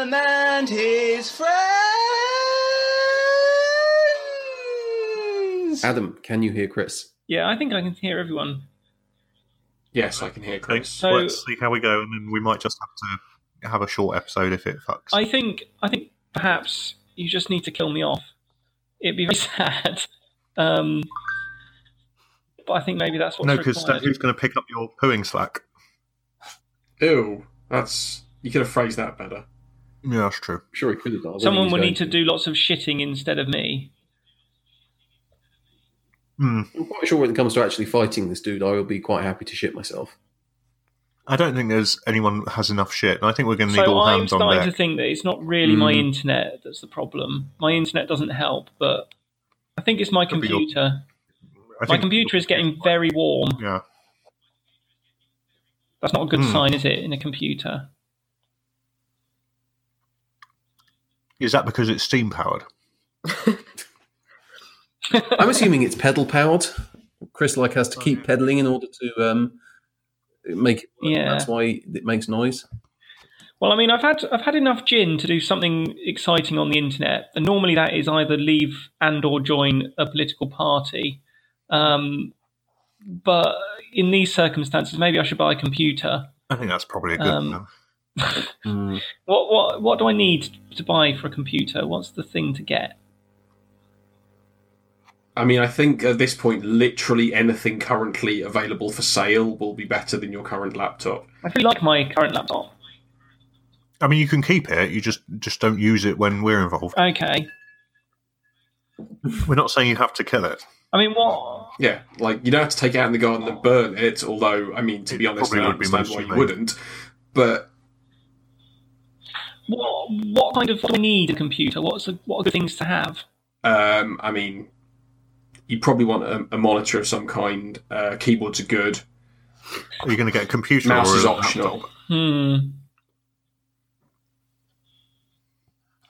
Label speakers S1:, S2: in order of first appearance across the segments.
S1: and his friends.
S2: Adam, can you hear Chris?
S3: Yeah, I think I can hear everyone.
S1: Yes, I can hear
S4: Okay,
S1: Chris.
S3: So-
S4: let's see how we go, and then we might just have to have a short episode if it fucks.
S3: I think I think perhaps you just need to kill me off. It'd be very sad. Um, but I think maybe that's what's
S4: no, because
S3: required.
S4: who's going to pick up your pooing slack?
S1: Ew, that's you could have phrased that better.
S4: Yeah, that's true.
S2: I'm sure he could have done. I don't
S3: Someone
S2: think
S3: will need
S2: he's
S3: to do lots of shitting instead of me.
S4: Hmm.
S2: going to. I'm quite sure when it comes to actually fighting this dude, I will be quite happy to shit myself.
S4: I don't think there's anyone has enough shit, and I think we're going to need
S3: So
S4: all
S3: I'm
S4: hands on
S3: starting
S4: deck.
S3: to think that it's not really my
S2: Mm.
S3: internet that's the problem. My internet doesn't help, but I think it's my
S4: Could be your-
S3: computer.
S4: I
S3: My
S4: think,
S3: computer is getting very warm.
S4: yeah,
S3: That's not a good
S4: Hmm.
S3: sign, is it, in a computer?
S4: is that because it's steam powered?
S2: I'm assuming it's pedal powered. Chris like
S4: Oh,
S2: has to keep pedaling in order to um, make it. work.
S3: Yeah.
S2: That's why it makes noise.
S3: Well, I mean, I've had I've had enough gin to do something exciting on the internet, and normally that is either leave and or join a political party. Um, but in these circumstances, maybe I should buy a computer.
S4: I think that's probably a good
S3: Um,
S4: one.
S3: What what what do I need to buy for a computer? What's the thing to get?
S1: I mean, I think at this point, literally anything currently available for sale will be better than your current laptop.
S3: I really like my current laptop.
S4: I mean, you can keep it. You just just don't use it when we're involved.
S3: Okay. um,
S4: We're not saying you have to kill it.
S3: I mean, what?
S1: Yeah, like you don't have to take it out in the garden and burn it. Although, I mean, to be honest, I
S4: probably
S1: don't
S4: would be
S1: understand
S4: most
S1: why you
S4: humane.
S1: wouldn't. But
S3: What? What kind of? What do I need a computer? What's the, what are good things to have?
S1: um, I mean, you probably want a, a monitor of some kind. Uh, keyboards are good.
S4: Are you going to get a computer
S1: Mouse
S4: or a
S1: is optional.
S4: laptop?
S3: Hmm.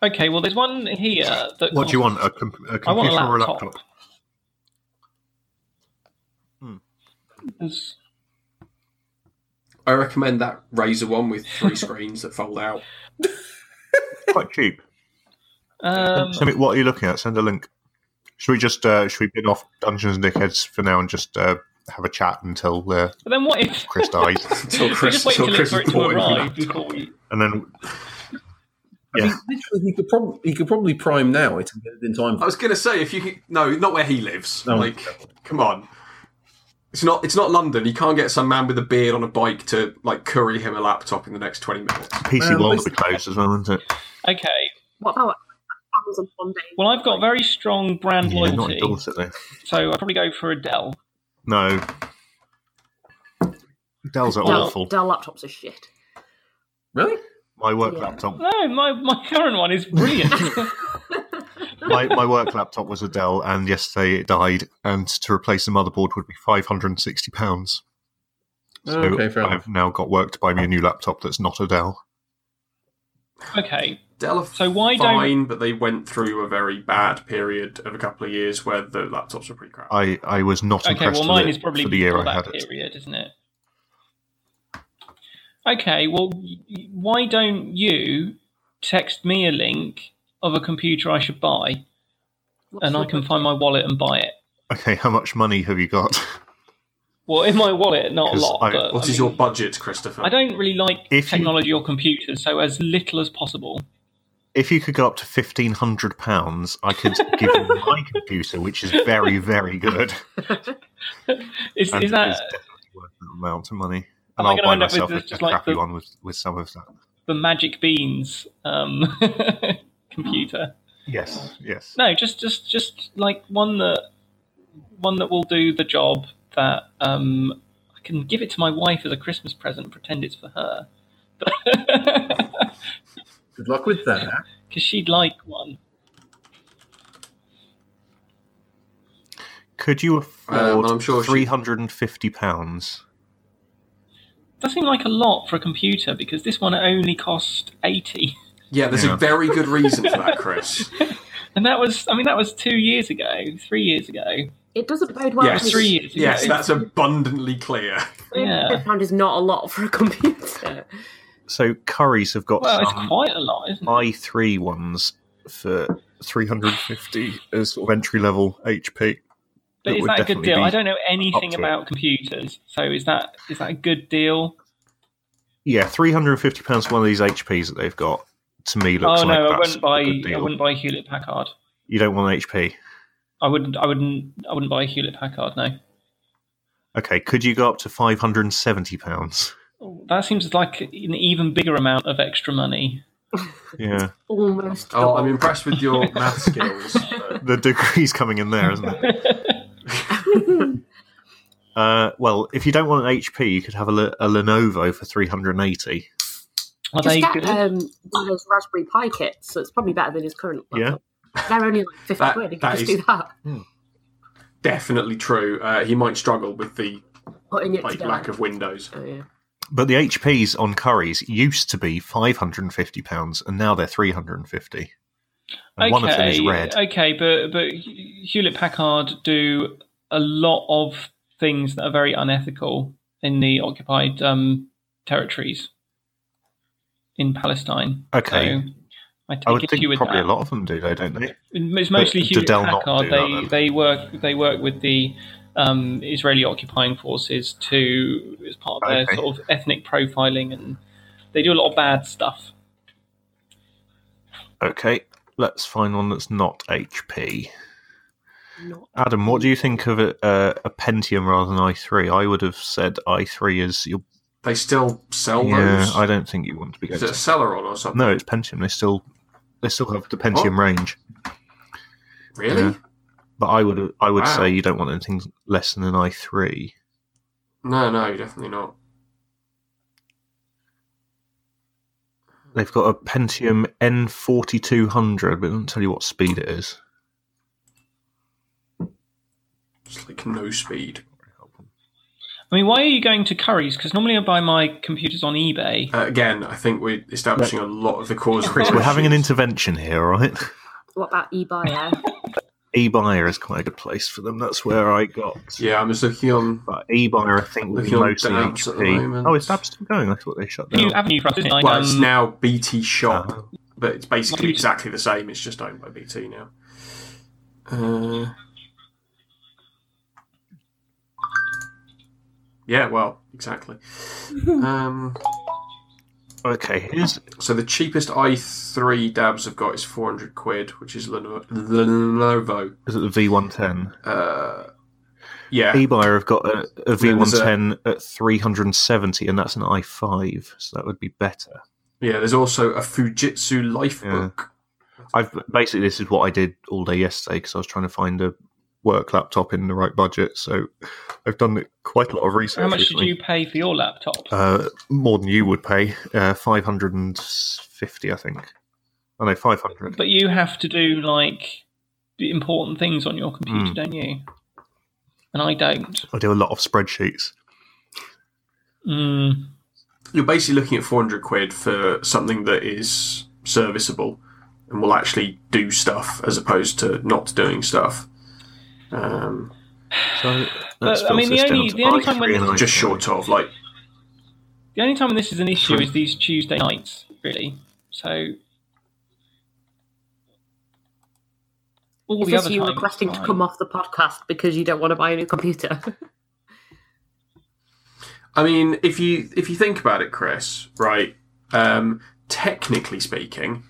S3: Okay. Well, there's one here. That
S4: What do you
S3: costs-
S4: want? A, com- a computer
S3: I want a
S4: or a
S3: laptop.
S4: laptop?
S3: There's-
S1: I recommend that Razer one with three screens that fold out.
S4: Quite cheap.
S3: Um,
S4: Send me- what are you looking at? Send a link. Should we just uh, should we bin off Dungeons and Dickheads for now and just uh, have a chat until uh,
S3: but then what if
S4: Chris dies,
S1: Until
S3: we
S1: Chris,
S3: just wait
S1: until
S3: till it-
S1: Chris
S3: for
S1: is
S3: it to
S1: bought a new
S3: arrive
S1: laptop.
S3: before we?
S4: and then
S2: I
S4: yeah,
S2: mean, literally, he could, prob- he could probably prime now. It's in time.
S1: I was gonna say if you could, no, not where he lives.
S2: No.
S1: Like, come on, it's not it's not London. You can't get some man with a beard on a bike to like curry him a laptop in the next twenty minutes.
S4: PC
S2: Um,
S4: World will be
S2: basically-
S4: closed as well, isn't it?
S3: Okay.
S5: What about Amazon one day?
S3: Well, I've got very strong brand
S4: Yeah, not in
S3: loyalty,
S4: Dorset though.
S3: so I'll probably go for a Dell.
S4: No, Dells are
S5: Dell,
S4: awful.
S5: Dell laptops are shit.
S2: Really?
S4: My work
S5: Yeah.
S4: laptop,
S3: No, my, my current one is brilliant.
S4: my, my work laptop was a Dell, and yesterday it died. And to replace the motherboard would be five hundred and sixty pounds. So
S2: okay, fair enough.
S4: I've now got work to buy me a new laptop that's not a Dell.
S3: okay.
S1: Dell are
S3: So why don't-
S1: fine, but they went through a very bad period of a couple of years where the laptops were pretty crap.
S4: I, I was not
S3: Okay.
S4: impressed
S3: Well, mine
S4: with
S3: is
S4: it
S3: probably
S4: for the year
S3: before
S4: I had
S3: that
S4: it.
S3: period, isn't it? Okay. Well, y- y- why don't you text me a link of a computer I should buy,
S5: What's
S3: and I
S5: your
S3: can
S5: budget?
S3: find my wallet and buy it.
S4: Okay, how much money have you got?
S3: Well, in my wallet, not a
S4: 'Cause
S3: lot.
S4: I-
S3: but, I
S1: What is
S3: mean,
S1: your budget, Christopher?
S3: I don't really like
S4: If you-
S3: technology or computers, so as little as possible.
S4: if you could go up to fifteen hundred pounds, I could give you my computer, which is very, very good.
S3: Is,
S4: And
S3: is that
S4: it's definitely worth that amount of money.
S3: Am
S4: And
S3: I
S4: I'll
S3: gonna
S4: buy
S3: end up with
S4: myself a,
S3: this,
S4: a
S3: just like
S4: crappy
S3: the-
S4: one with, with some of that.
S3: the magic beans um, computer?
S4: Yes, yes.
S3: No, just just just like one that one that will do the job that um, I can give it to my wife as a Christmas present and pretend it's for her.
S2: Good luck with that.
S3: Because she'd like one.
S4: Could you
S1: Um,
S4: afford
S1: I'm sure she-
S4: three hundred and fifty pounds?
S3: That seemed like a lot for a computer because this one only cost eighty,
S1: yeah, there's
S4: Yeah.
S1: a very good reason for that, Chris.
S3: and that was—I mean—that was two years ago, three years ago.
S5: It doesn't bode well.
S1: yes,
S5: because
S3: three years ago.
S1: yes, that's abundantly clear.
S3: Yeah.
S5: £300 is not a lot for a computer.
S4: So curries have got
S3: Well, it's
S4: some
S3: quite a lot, isn't it?
S4: i3 ones for 350 as sort of entry level HP.
S3: But
S4: it
S3: is
S4: would
S3: that a good
S4: definitely
S3: deal?
S4: be
S3: I don't know anything
S4: to it.
S3: about computers, so is that is that a good deal?
S4: Yeah, 350 pounds for one of these HPs that they've got. To me, looks
S3: oh
S4: like
S3: no, I
S4: that's
S3: wouldn't buy
S4: a good
S3: I
S4: deal.
S3: wouldn't buy Hewlett Packard.
S4: You don't want an HP.
S3: I wouldn't I wouldn't I wouldn't buy Hewlett Packard, no.
S4: Okay, could you go up to 570 pounds?
S3: That seems like an even bigger amount of extra money.
S4: Yeah,
S5: Almost.
S1: Oh,
S5: gone.
S1: I'm impressed with your math skills.
S4: the degree's coming in there, isn't it? Uh, well, if you don't want an HP, you could have a, Le- a Lenovo for 380.
S3: Are
S5: Just
S3: they
S5: get
S3: good?
S5: um, one of those Raspberry Pi kits, so it's probably better than his current
S4: Yeah.
S5: laptop. They're only like 50
S1: That-
S5: quid, you can
S1: that
S5: just
S1: is-
S5: do that.
S1: Definitely true. Uh, he might struggle with the
S5: Putting it
S1: like
S5: together.
S1: lack of windows.
S5: Oh, yeah.
S4: But the HPs on curries used to be 550 pounds, and now they're 350. And one of them is red.
S3: Okay, but but Hewlett Packard do a lot of things that are very unethical in the occupied um, territories in Palestine.
S4: Okay.
S3: So I take
S4: I would
S3: issue
S4: think
S3: with
S4: probably
S3: that.
S4: a lot of them do, though, don't they?
S3: It's mostly
S4: But
S3: Hewlett
S4: Dell not
S3: Packard.
S4: do that,
S3: They
S4: then?
S3: they work they work with the um, Israeli occupying forces to as part of their
S4: Okay.
S3: sort of ethnic profiling, and they do a lot of bad stuff.
S4: Okay, let's find one that's not HP.
S5: Not-
S4: Adam, what do you think of a, a, a Pentium rather than i3? I would have said i3 is your.
S1: They still sell
S4: Yeah,
S1: those.
S4: I don't think you want to be going
S1: Is it a
S4: to.
S1: Celeron or something?
S4: No, it's Pentium. They still they still have the Pentium
S1: Oh.
S4: range,
S1: Really?
S4: Yeah. but I would I would
S1: Wow.
S4: say you don't want anything less than an i3.
S1: No, no, definitely not.
S4: They've got a Pentium N4200, but it doesn't tell you what speed it is.
S1: It's like no speed.
S3: I mean, why are you going to Curry's? Because normally I buy my computers on eBay.
S1: Uh, again, I think we're establishing a lot of the cause. of
S4: Chris, we're having an
S1: issues.
S4: intervention here, all right?
S5: What about eBuyer?
S4: eBuyer is quite a good place for them. That's where I got.
S1: Yeah, I'm just looking on.
S4: But eBuyer, I think, was
S1: Looking on
S4: mostly
S1: Dabs at the
S4: HP.
S1: moment.
S4: Oh, is Dab still going? I thought they shut
S3: New
S4: down.
S3: Avenue for us, isn't it? Like,
S1: Well, it's
S3: um,
S1: now BT Shop,
S4: Uh-huh.
S1: but it's
S3: Well,
S1: basically
S3: you-
S1: exactly the same. It's just owned by BT now. Uh, yeah, well, exactly. Um,
S4: Okay, here's
S1: so the cheapest i3 dabs I've got is 400 quid, which is Leno- Lenovo.
S4: is it the V110?
S1: Uh, yeah,
S4: eBuyer have got a, a
S1: Then there's a-
S4: V110 at 370, and that's an i5, so that would be better.
S1: yeah. There's also a Fujitsu Lifebook.
S4: Yeah. I've basically this is what I did all day yesterday because I was trying to find a work laptop in the right budget. So I've done quite a lot of research.
S3: how much did
S4: recently.
S3: you pay for your laptop?
S4: Uh, more than you would pay. Uh, five hundred and fifty, I think. I know five hundred.
S3: but you have to do like the important things on your computer,
S4: Mm.
S3: don't you? And I don't.
S4: I do a lot of spreadsheets.
S3: Mm.
S1: you're basically looking at 400 quid for something that is serviceable and will actually do stuff as opposed to not doing stuff. Um,
S4: So
S3: But,
S4: let's
S3: I
S4: build
S3: mean, the
S4: this down
S3: only-
S4: to
S3: the only time when-
S4: i3 and i5.
S1: just short of like,
S3: The only time when this is an issue
S4: Hmm.
S3: is these Tuesday nights, really. So all
S5: Is
S3: the
S5: this
S3: other
S5: you
S3: time
S5: requesting to
S3: fine.
S5: come off the podcast because you don't want to buy a new computer?
S1: I mean, if you if you think about it, Chris, right? Um, technically speaking,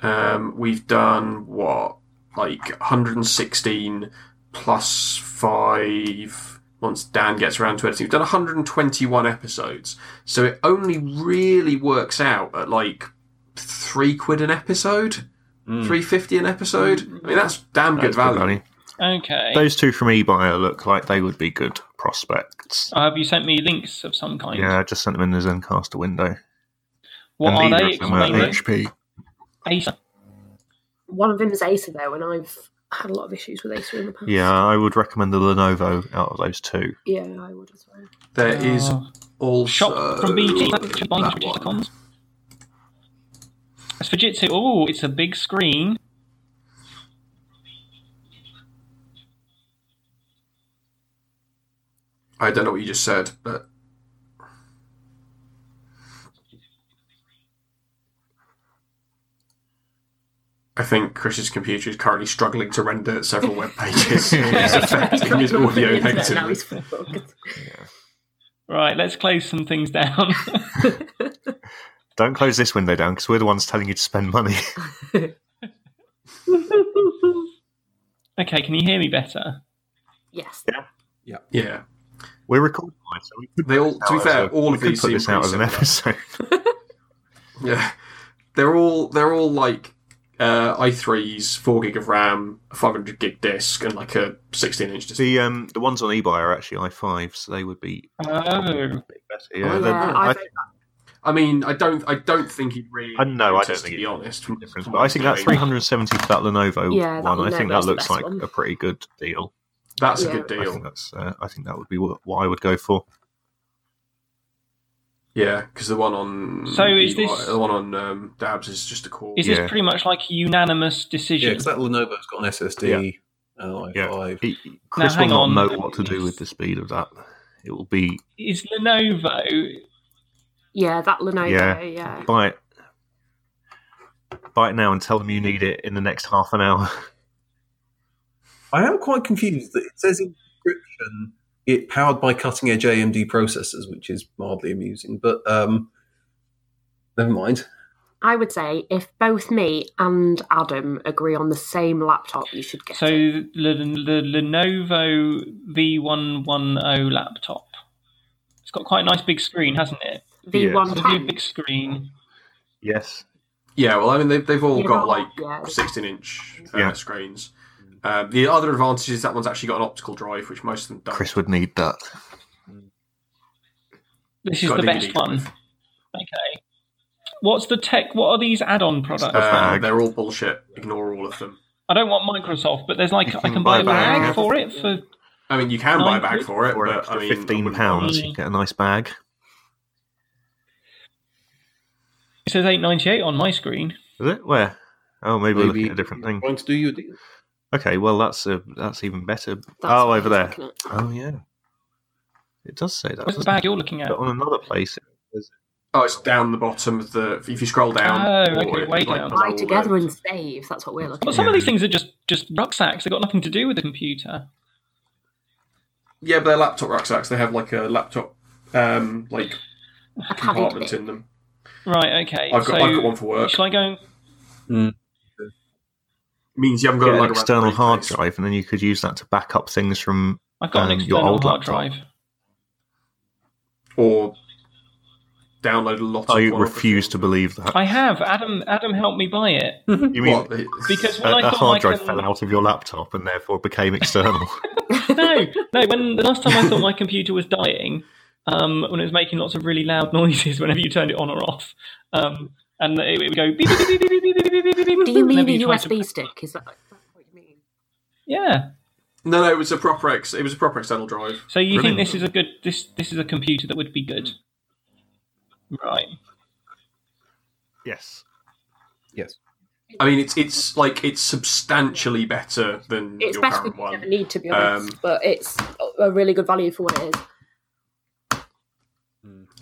S1: um, we've done what like 116 plus five. Once Dan gets around to editing, we've done 121 episodes, so it only really works out at like three quid an episode,
S2: Hmm.
S1: three fifty an episode. I mean, that's damn
S4: That's
S1: good value.
S3: Okay.
S4: Those two from eBuyer look like they would be good prospects.
S3: Uh, have you sent me links of some kind?
S4: Yeah, I just sent them in the Zencaster window.
S3: What
S4: and
S3: are
S4: neither
S3: they?
S4: of them are
S3: Explain them.
S4: HP.
S3: Acer.
S5: One of them is Acer, though, and I've had a lot of issues with Acer in the past.
S4: Yeah, I would recommend the Lenovo out of those two.
S5: Yeah, I would as well.
S1: There is
S3: Oh.
S1: also
S3: Shop from BT. That's
S1: that one.
S3: Fujitsu.com. That's Fujitsu. Oh, it's a big screen.
S1: I don't know what you just said, but I think Chris's computer is currently struggling to render several web pages. it's affecting his audio
S5: Now
S1: negatively.
S5: he's fucked.
S3: Right, let's close some things down.
S4: Don't close this window down because we're the ones telling you to spend money.
S3: okay, can you hear me better?
S5: yes.
S1: Yeah,
S4: We're recording live, so we could
S1: they all. To be fair, all
S4: Oh, we
S1: of
S4: could
S1: these
S4: put
S1: seem
S4: this out as an
S1: pretty similar.
S4: episode.
S1: Yeah, they're all they're all like uh, i3s, four gig of RAM, five hundred gig disk, and like a sixteen inch disc.
S4: the um, the ones on eBay are actually i5, so they would be
S3: Oh,
S4: better.
S1: Oh,
S4: Yeah,
S5: Yeah,
S4: they're-
S5: I
S4: I
S5: vote
S4: think
S1: I mean, I don't I don't think it really.
S4: I know, I
S1: matters,
S4: don't
S1: to
S4: think
S1: be
S4: it-
S1: honest. from-
S4: difference,
S1: from
S4: but
S1: what
S4: I think that
S1: I'm doing.
S4: 370 for that Lenovo
S5: Yeah, that
S4: one, I
S5: Lenovo
S4: think that
S5: is the
S4: looks
S5: best
S4: like
S5: one.
S4: a pretty good deal.
S1: That's
S5: Yeah.
S1: a good
S4: I
S1: deal.
S4: think that's uh, I think that would be what, what I would go for.
S1: Yeah, because the one on
S3: So is
S1: EY
S3: this-
S1: the one on um, Dabs is just a core.
S3: is
S4: Yeah.
S3: this pretty much like a unanimous
S2: Yeah,
S3: decision?
S2: because that Lenovo's got an SSD. Uh,
S4: Yeah.
S2: i5.
S4: He- Chris
S3: hang
S4: will not
S3: on.
S4: know what to do with the speed of that. It will be
S3: Is Lenovo?
S5: Yeah, that Lenovo. Yeah.
S4: Yeah. buy it, buy it now, and tell them you need it in the next half an hour.
S2: I am quite confused that it says in description it powered by cutting edge AMD processors, which is mildly amusing, but um, never mind.
S5: I would say if both me and Adam agree on the same laptop, you should get
S3: So
S5: it.
S3: the, the Lenovo V110 laptop. It's got quite a nice big screen, hasn't it?
S5: The
S4: yeah.
S5: one
S3: It's a
S5: time.
S3: really big screen.
S4: yes,
S1: Yeah, well, I mean, they've, they've all
S5: Yeah,
S1: got like
S5: yeah.
S1: 16 inch uh,
S4: Yeah.
S1: screens. Um, the other advantage is that one's actually got an optical drive, which most of them don't.
S4: Chris would need that.
S3: This is
S1: Got
S3: the
S1: a DVD
S3: best one. Okay. What's the tech? What are these add-on products?
S4: A
S1: Uh,
S4: bag.
S1: they're all bullshit. Ignore all of them.
S3: I don't want Microsoft, but there's like
S4: You
S3: I can buy a bag, for it for
S1: I mean, you can buy a bag
S3: Nine
S1: for it,
S4: For an
S1: but
S4: extra
S1: I mean, um, I
S4: fifteen
S1: wouldn't-
S4: pounds,
S3: Mm.
S4: you get a nice bag.
S3: it says eight ninety eight on my screen.
S4: Is it where? Oh, maybe, we're looking at a different
S2: you're
S4: thing.
S2: Trying to do your deal.
S4: Okay, well that's a, that's even better.
S5: That's
S4: oh,
S5: what I
S4: over
S5: was
S4: there.
S5: looking at.
S4: Oh yeah, it does say that.
S3: What's the
S4: doesn't it?
S3: bag you're looking at?
S4: But on another place,
S1: Oh, it's down the bottom of the. If you scroll down,
S3: Oh,
S1: or
S3: okay,
S1: it-
S3: way
S1: like,
S3: down.
S1: below
S5: Buy
S1: all
S5: together
S1: the-
S5: and save. That's what we're looking
S3: Well,
S5: at.
S3: some of
S4: Yeah.
S3: these things are just just rucksacks. They've got nothing to do with the computer.
S1: Yeah, but they're laptop rucksacks. They have like a laptop, um, like
S5: A padded
S1: compartment
S5: bit.
S1: in them.
S3: Right. Okay.
S1: I've got,
S3: so
S1: I've got one for work.
S3: shall I go? and-
S1: means you haven't got
S4: get
S1: a
S4: an
S1: like a
S4: external
S1: raspberry
S4: hard
S1: case.
S4: drive, and then you could use that to back up things from.
S3: I've got an
S4: Um, your
S3: external
S4: old
S3: hard
S4: laptop.
S3: drive.
S1: or download a lot.
S4: I
S1: of one of the
S4: Oh, refuse to
S1: things.
S4: believe that.
S3: I have Adam. Adam helped me buy it
S4: You mean
S1: What?
S3: because when
S4: a,
S3: I
S4: a
S3: thought
S4: hard
S3: my
S4: drive
S3: com-
S4: fell out of your laptop and therefore became external?
S3: no, no. When the last time I thought my computer was dying, um, when it was making lots of really loud noises whenever you turned it on or off, um, and it, it would go. Beep, beep, beep, beep, beep, beep, beep, beep, beep, beep, beep,
S5: Do you mean
S3: whenever tried
S5: a
S3: to-
S5: USB stick? Is that that's what you mean?
S3: Yeah.
S1: No, no, it was a proper ex. It was a proper external drive.
S3: So you
S4: Brilliant.
S3: think this is a good this this is a computer that would be good? Right.
S4: yes.
S2: Yes.
S1: I mean, it's it's like it's substantially better than
S5: It's
S1: your
S5: better than
S1: current
S5: you ever
S1: one.
S5: need to be honest,
S1: Um,
S5: but it's a really good value for what it is.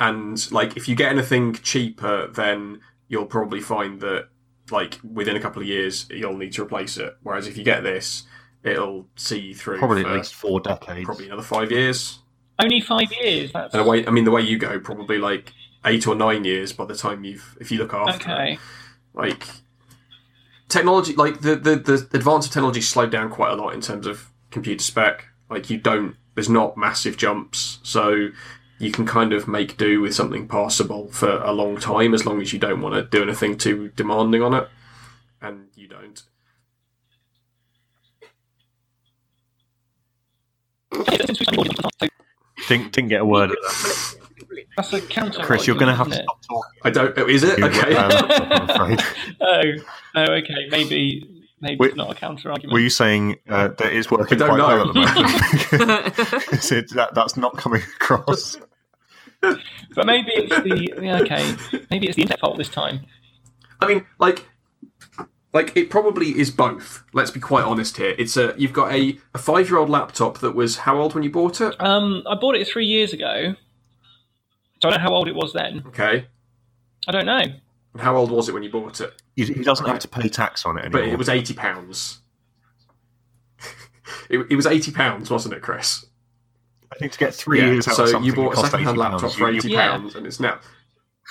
S1: And like, if you get anything cheaper, then you'll probably find that like within a couple of years you'll need to replace it. Whereas if you get this, it'll see you through
S4: Probably
S1: for
S4: at least four decades.
S1: probably another five years.
S3: Only five years. That's
S4: Uh,
S1: And the way I mean, the way you go, probably like eight or nine years by the time you've if you look after. it.
S3: okay.
S1: like technology like the, the the advance of technology slowed down quite a lot in terms of computer spec like you don't there's not massive jumps so you can kind of make do with something passable for a long time as long as you don't want to do anything too demanding on it and you don't
S4: Didn't, didn't get a word of that.
S3: That's a counter.
S4: Chris, you're going to have to
S3: argument,
S4: stop talking.
S1: i don't oh, is it
S4: You,
S1: okay
S4: uh, I'm afraid.
S3: isn't it? Oh, no. Okay. Maybe maybe
S4: Were-
S3: it's not a counter
S4: Were
S3: argument.
S4: you saying uh, that it's working
S1: I
S4: quite
S1: don't
S4: well at
S1: know.
S4: the moment? Is it- that, that's not coming across.
S3: But maybe it's the yeah, okay. Maybe it's the internet fault this time.
S1: i mean like like it probably is both let's be quite honest here it's a you've got a, a five-year-old laptop that was how old when you bought it
S3: Um, I bought it three years ago. So I don't know how old it was then.
S1: okay
S3: I don't know.
S1: How old was it when you bought it?
S4: He, he doesn't have to pay tax on it anymore.
S1: But it was eighty pounds. it, it was eighty pounds, wasn't it, Chris?
S4: I think to get three
S1: yeah.
S4: years out
S1: so
S4: of something,
S1: you
S4: it
S1: bought a
S4: cost
S1: second-hand
S4: £80.
S1: laptop for
S4: You-
S1: eighty
S4: you-
S3: Yeah.
S1: pounds, and it's now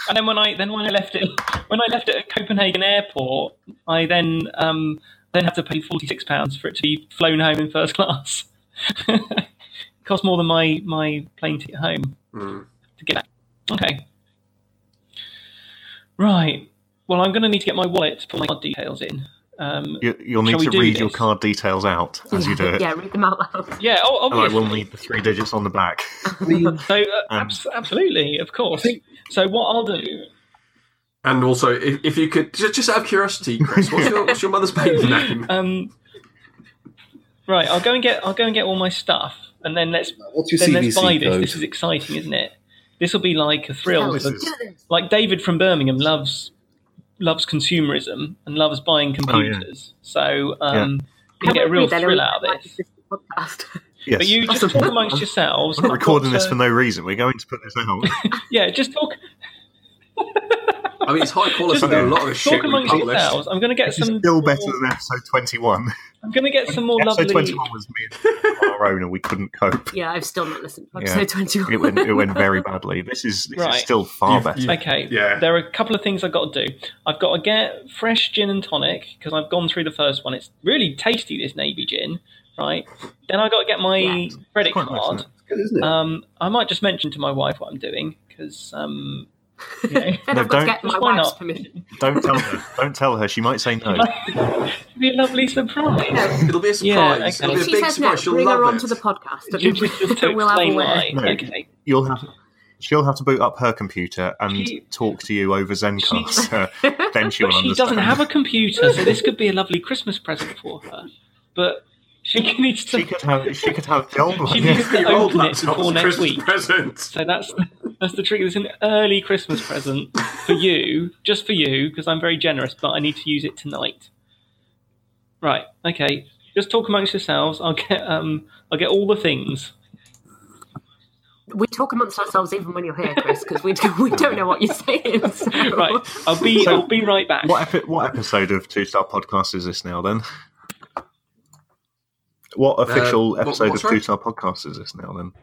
S3: And then when I then when I left it when I left it at Copenhagen Airport, I then um, then had to pay forty six pounds for it to be flown home in first class. it cost more than my my plane ticket home
S1: Mm.
S3: to get back. Okay. Right. Well, I'm going to need to get my wallet to put my card details in. Um,
S4: You, you'll
S3: Shall
S4: need
S3: we
S4: to
S3: do
S4: read
S3: this?
S4: your card details out as
S5: yeah,
S4: you do it,
S5: Yeah, read them out loud.
S3: yeah. Oh,
S4: and I
S3: obviously.
S4: will need the three digits on the back.
S3: So uh,
S4: Um,
S3: abs- absolutely, of course.
S2: think-
S3: So what I'll do?
S1: And also, if, if you could just, just out of curiosity, Chris, what's your, what's your mother's maiden name?
S3: Um, right, I'll go and get I'll go and get all my stuff, and then let's
S2: What's your
S3: then let's buy
S2: CVC
S3: this.
S2: code?
S3: This is exciting, isn't it? This will be like a thrill.
S4: this
S3: for-
S4: is-
S3: like David from Birmingham loves loves consumerism and loves
S4: Oh,
S3: buying computers. So um, you can get a real thrill out of this.
S5: Podcast.
S4: Yes.
S3: But you just talk amongst yourselves.
S4: I'm not recording this
S3: Uh,
S4: for no reason. We're going to put this out.
S3: yeah, just talk
S1: I mean, it's high quality.
S3: Just
S1: but a lot of the
S3: talk
S1: shit we
S3: amongst
S1: published.
S3: yourselves. I'm going to get
S4: It's
S3: some
S4: still better than episode 21.
S3: I'm going to get some more
S4: episode
S3: Oh, lovely.
S4: 21 was me and on our own, and we couldn't cope.
S5: Yeah, I've still not listened to
S4: Yeah.
S5: episode 21.
S4: It went, it went very badly. This is, this
S3: Right.
S4: is still far
S1: You've-
S4: better.
S1: you've-
S3: Okay.
S1: Yeah.
S3: There are a couple of things I've got to do. I've got to get fresh gin and tonic because I've gone through the first one. It's really tasty, this navy gin, right? Then I've got to get my
S5: Yeah.
S3: credit
S4: quite nice,
S3: card.
S4: isn't
S2: Good, isn't it?
S3: um, I might just mention to my wife what I'm doing because, um, you know,
S5: Then
S4: No,
S5: I've got
S4: don't-
S5: to get my
S3: Why
S5: wife's
S3: not?
S5: permission.
S4: Don't tell her. Don't tell her. She might say no.
S3: it'd be a lovely surprise.
S1: It'll be a surprise.
S3: Yeah, okay.
S1: It'll be
S5: If
S1: a
S5: she
S1: big
S5: says no,
S1: surprise. She'll
S5: bring
S1: love
S5: her
S1: it.
S5: on to the podcast.
S3: Just, just to
S5: we'll have a
S3: explain
S5: way.
S3: why.
S4: No.
S3: Okay.
S4: You'll have. She'll have to boot up her computer and
S3: She-
S4: talk to you over Zencaster. then she'll
S3: But she
S4: understand.
S3: doesn't have a computer, so this could be a lovely Christmas present for her. But she needs to.
S4: She could have. She could have the old one.
S3: She
S4: yeah.
S3: needs to
S1: Your old
S3: open it
S1: laptop
S3: before
S1: was a
S3: next
S1: Christmas
S3: week.
S1: present.
S3: So that's that's the trick. It's an early Christmas present for you, just for you, because I'm very generous, but I need to use it tonight. Right. Okay. Just talk amongst yourselves. I'll get um I'll get all the things.
S5: We talk amongst ourselves even when you're here, Chris, because we, do, we don't know what you're saying. so-
S3: Right. I'll be
S4: So-
S3: I'll be right back.
S4: What, epi- what episode of Two Star Podcast is this now then? What official
S1: Uh, what-
S4: episode
S1: what,
S4: of
S1: sorry?
S4: Two Star Podcast is this now then?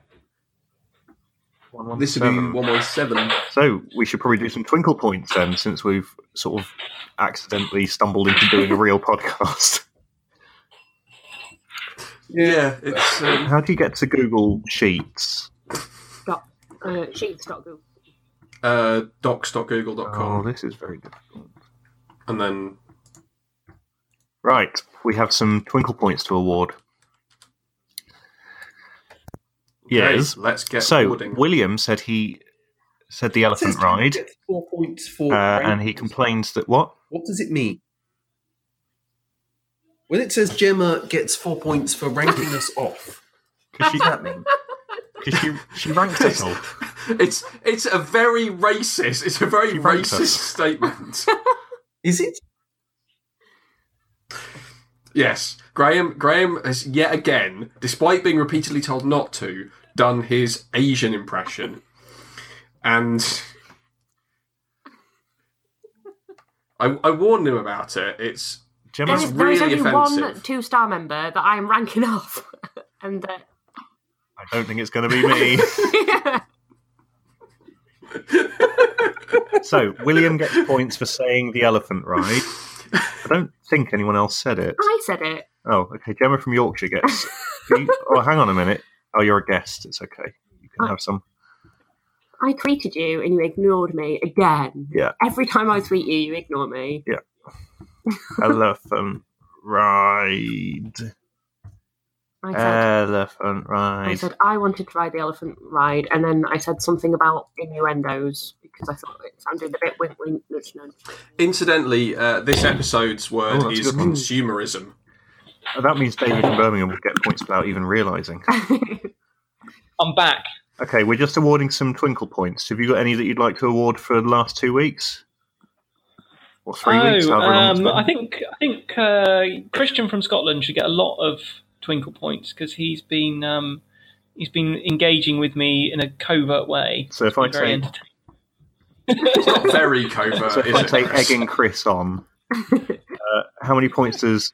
S1: This will be 117.
S4: So we should probably do some twinkle points then, since we've sort of accidentally stumbled into doing a real podcast.
S1: Yeah, it's. Um,
S4: How do you get to Google Sheets?
S5: Dot, uh, sheets dot Google.
S1: uh,
S4: Oh,
S1: docs.google.com.
S4: this is very difficult.
S1: And then.
S4: Right, we have some twinkle points to award. Yes.
S1: Okay, let's get
S4: So
S1: boarding.
S4: William said he said the
S2: It says
S4: elephant ride,
S2: you get Four points for
S4: uh, and
S2: rank.
S4: he complains that what?
S2: What does it mean? When it says Gemma gets four points for ranking us off,
S4: Because she,
S2: what does that mean?
S4: cause she she ranked us all.
S1: It's it's a very racist. It's a very
S4: She ranked
S1: racist
S4: us.
S1: statement.
S2: Is it?
S1: yes, Graham Graham has yet again, despite being repeatedly told not to, done his Asian impression, and I, I warned him about it. It's
S5: There
S4: Gemma's
S5: is, there is
S1: really
S5: only one
S1: offensive.
S5: two star member that I am ranking off. and uh,
S4: I don't think it's going to be me. so William gets points for saying the elephant ride. I don't think anyone else said it.
S5: I said it.
S4: Oh, okay. Gemma from Yorkshire gets. you- oh, hang on a minute. Oh, you're a guest. It's okay. You can have some.
S5: I tweeted you and you ignored me again.
S4: Yeah.
S5: Every time I tweet you, you ignore me.
S4: Elephant ride.
S5: I said,
S4: Elephant
S5: I
S4: ride.
S5: said I wanted to ride the elephant ride, and then I said something about innuendos because I thought it sounded a bit wink wink nudge nudge.
S1: incidentally uh, this episode's word
S4: Oh, that's a
S1: is
S4: good one.
S1: consumerism.
S4: Oh, That means David from Birmingham will get points without even realising.
S3: I'm back.
S4: Okay, we're just awarding some twinkle points. Have you got any that you'd like to award for the last two weeks? Or three weeks?
S3: oh,
S4: However long it's
S3: um,
S4: been?
S3: I think I think uh, Christian from Scotland should get a lot of twinkle points because he's been um, he's been engaging with me in a covert way.
S4: So if
S3: It's been
S4: I
S3: very
S4: say-
S3: entertaining.
S1: It's not very covert,
S4: So if
S1: is
S4: I
S1: it?
S4: take
S1: Chris?
S4: egging Chris on, uh, how many points does?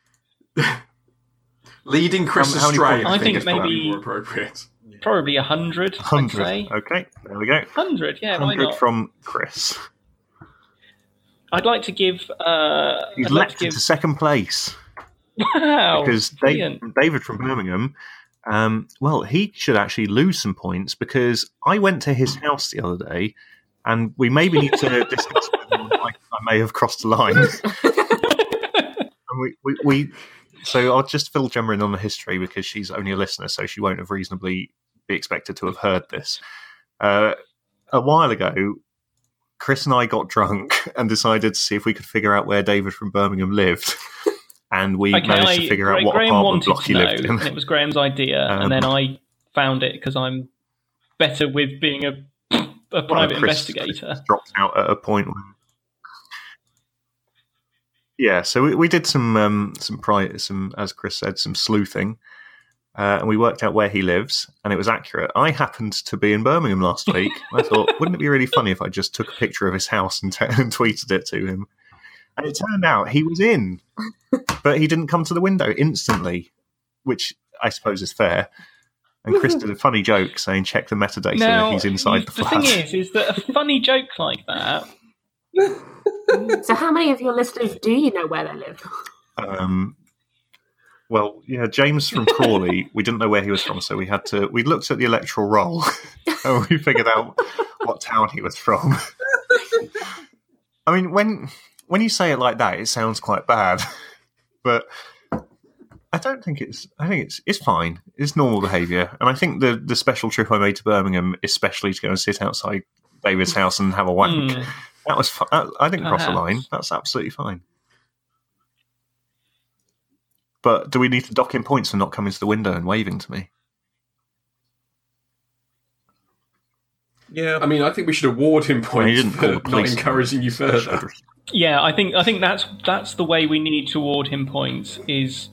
S1: Leading Chris
S4: How- how many
S1: astray,
S4: points
S1: I
S3: do
S1: think,
S3: you
S1: is
S3: think
S1: probably
S3: maybe-
S1: more appropriate.
S3: Probably a hundred. I'd say.
S4: Hundred. Okay, there we go.
S3: Hundred. Yeah, why
S4: Hundred
S3: not?
S4: from Chris.
S3: I'd like to give. Uh,
S4: He's
S3: I'd like to
S4: leapt
S3: give.
S4: into second place
S3: Wow,
S4: because Dave,
S3: brilliant.
S4: David from Birmingham. Um, well, he should actually lose some points because I went to his house the other day, and we maybe need to discuss whether I, I may have crossed the line. and we, we, we, so I'll just fill Gemma in on the history because she's only a listener, so she won't have reasonably be expected to have heard this. Uh, a while ago, Chris and I got drunk and decided to see if we could figure out where David from Birmingham lived. And we
S3: okay,
S4: managed
S3: I-
S4: to figure out
S3: Gra-
S4: what
S3: Graham wanted
S4: apartment block
S3: to
S4: he
S3: know,
S4: lived in.
S3: and it was Graham's idea,
S4: Um,
S3: and then I found it because I'm better with being a a private
S4: Well, Chris-
S3: investigator.
S4: Chris dropped out at a point. When... Yeah, so we, we did some um, some pri- some as Chris said some sleuthing, uh, and we worked out where he lives, and it was accurate. I happened to be in Birmingham last week. and I thought, wouldn't it be really funny if I just took a picture of his house and, t- and tweeted it to him? And it turned out he was in, but he didn't come to the window instantly, which I suppose is fair. And Chris did a funny joke saying, "Check the metadata
S3: now
S4: that he's inside
S3: you-
S4: the flat."
S3: thing is, is that a funny joke like that.
S5: So, how many of your listeners do you know where they live?
S4: Um, well, yeah, James from Crawley. we didn't know where he was from, so we had to. We looked at the electoral roll, and we figured out what town he was from. I mean, when when you say it like that, it sounds quite bad, but I don't think it's. I think it's it's fine. It's normal behaviour, and I think the the special trip I made to Birmingham, especially to go and sit outside David's house and have a wank,
S3: Hmm.
S4: that was. Fu- I I didn't cross the
S3: Perhaps.
S4: line. That's absolutely fine. But do we need to dock him points for not coming to the window and waving to me?
S2: Yeah.
S1: I mean, I think we should award him points
S4: didn't call
S1: for
S4: the
S1: not
S4: police.
S1: encouraging you further.
S3: Yeah, I think I think that's that's the way we need to award him points is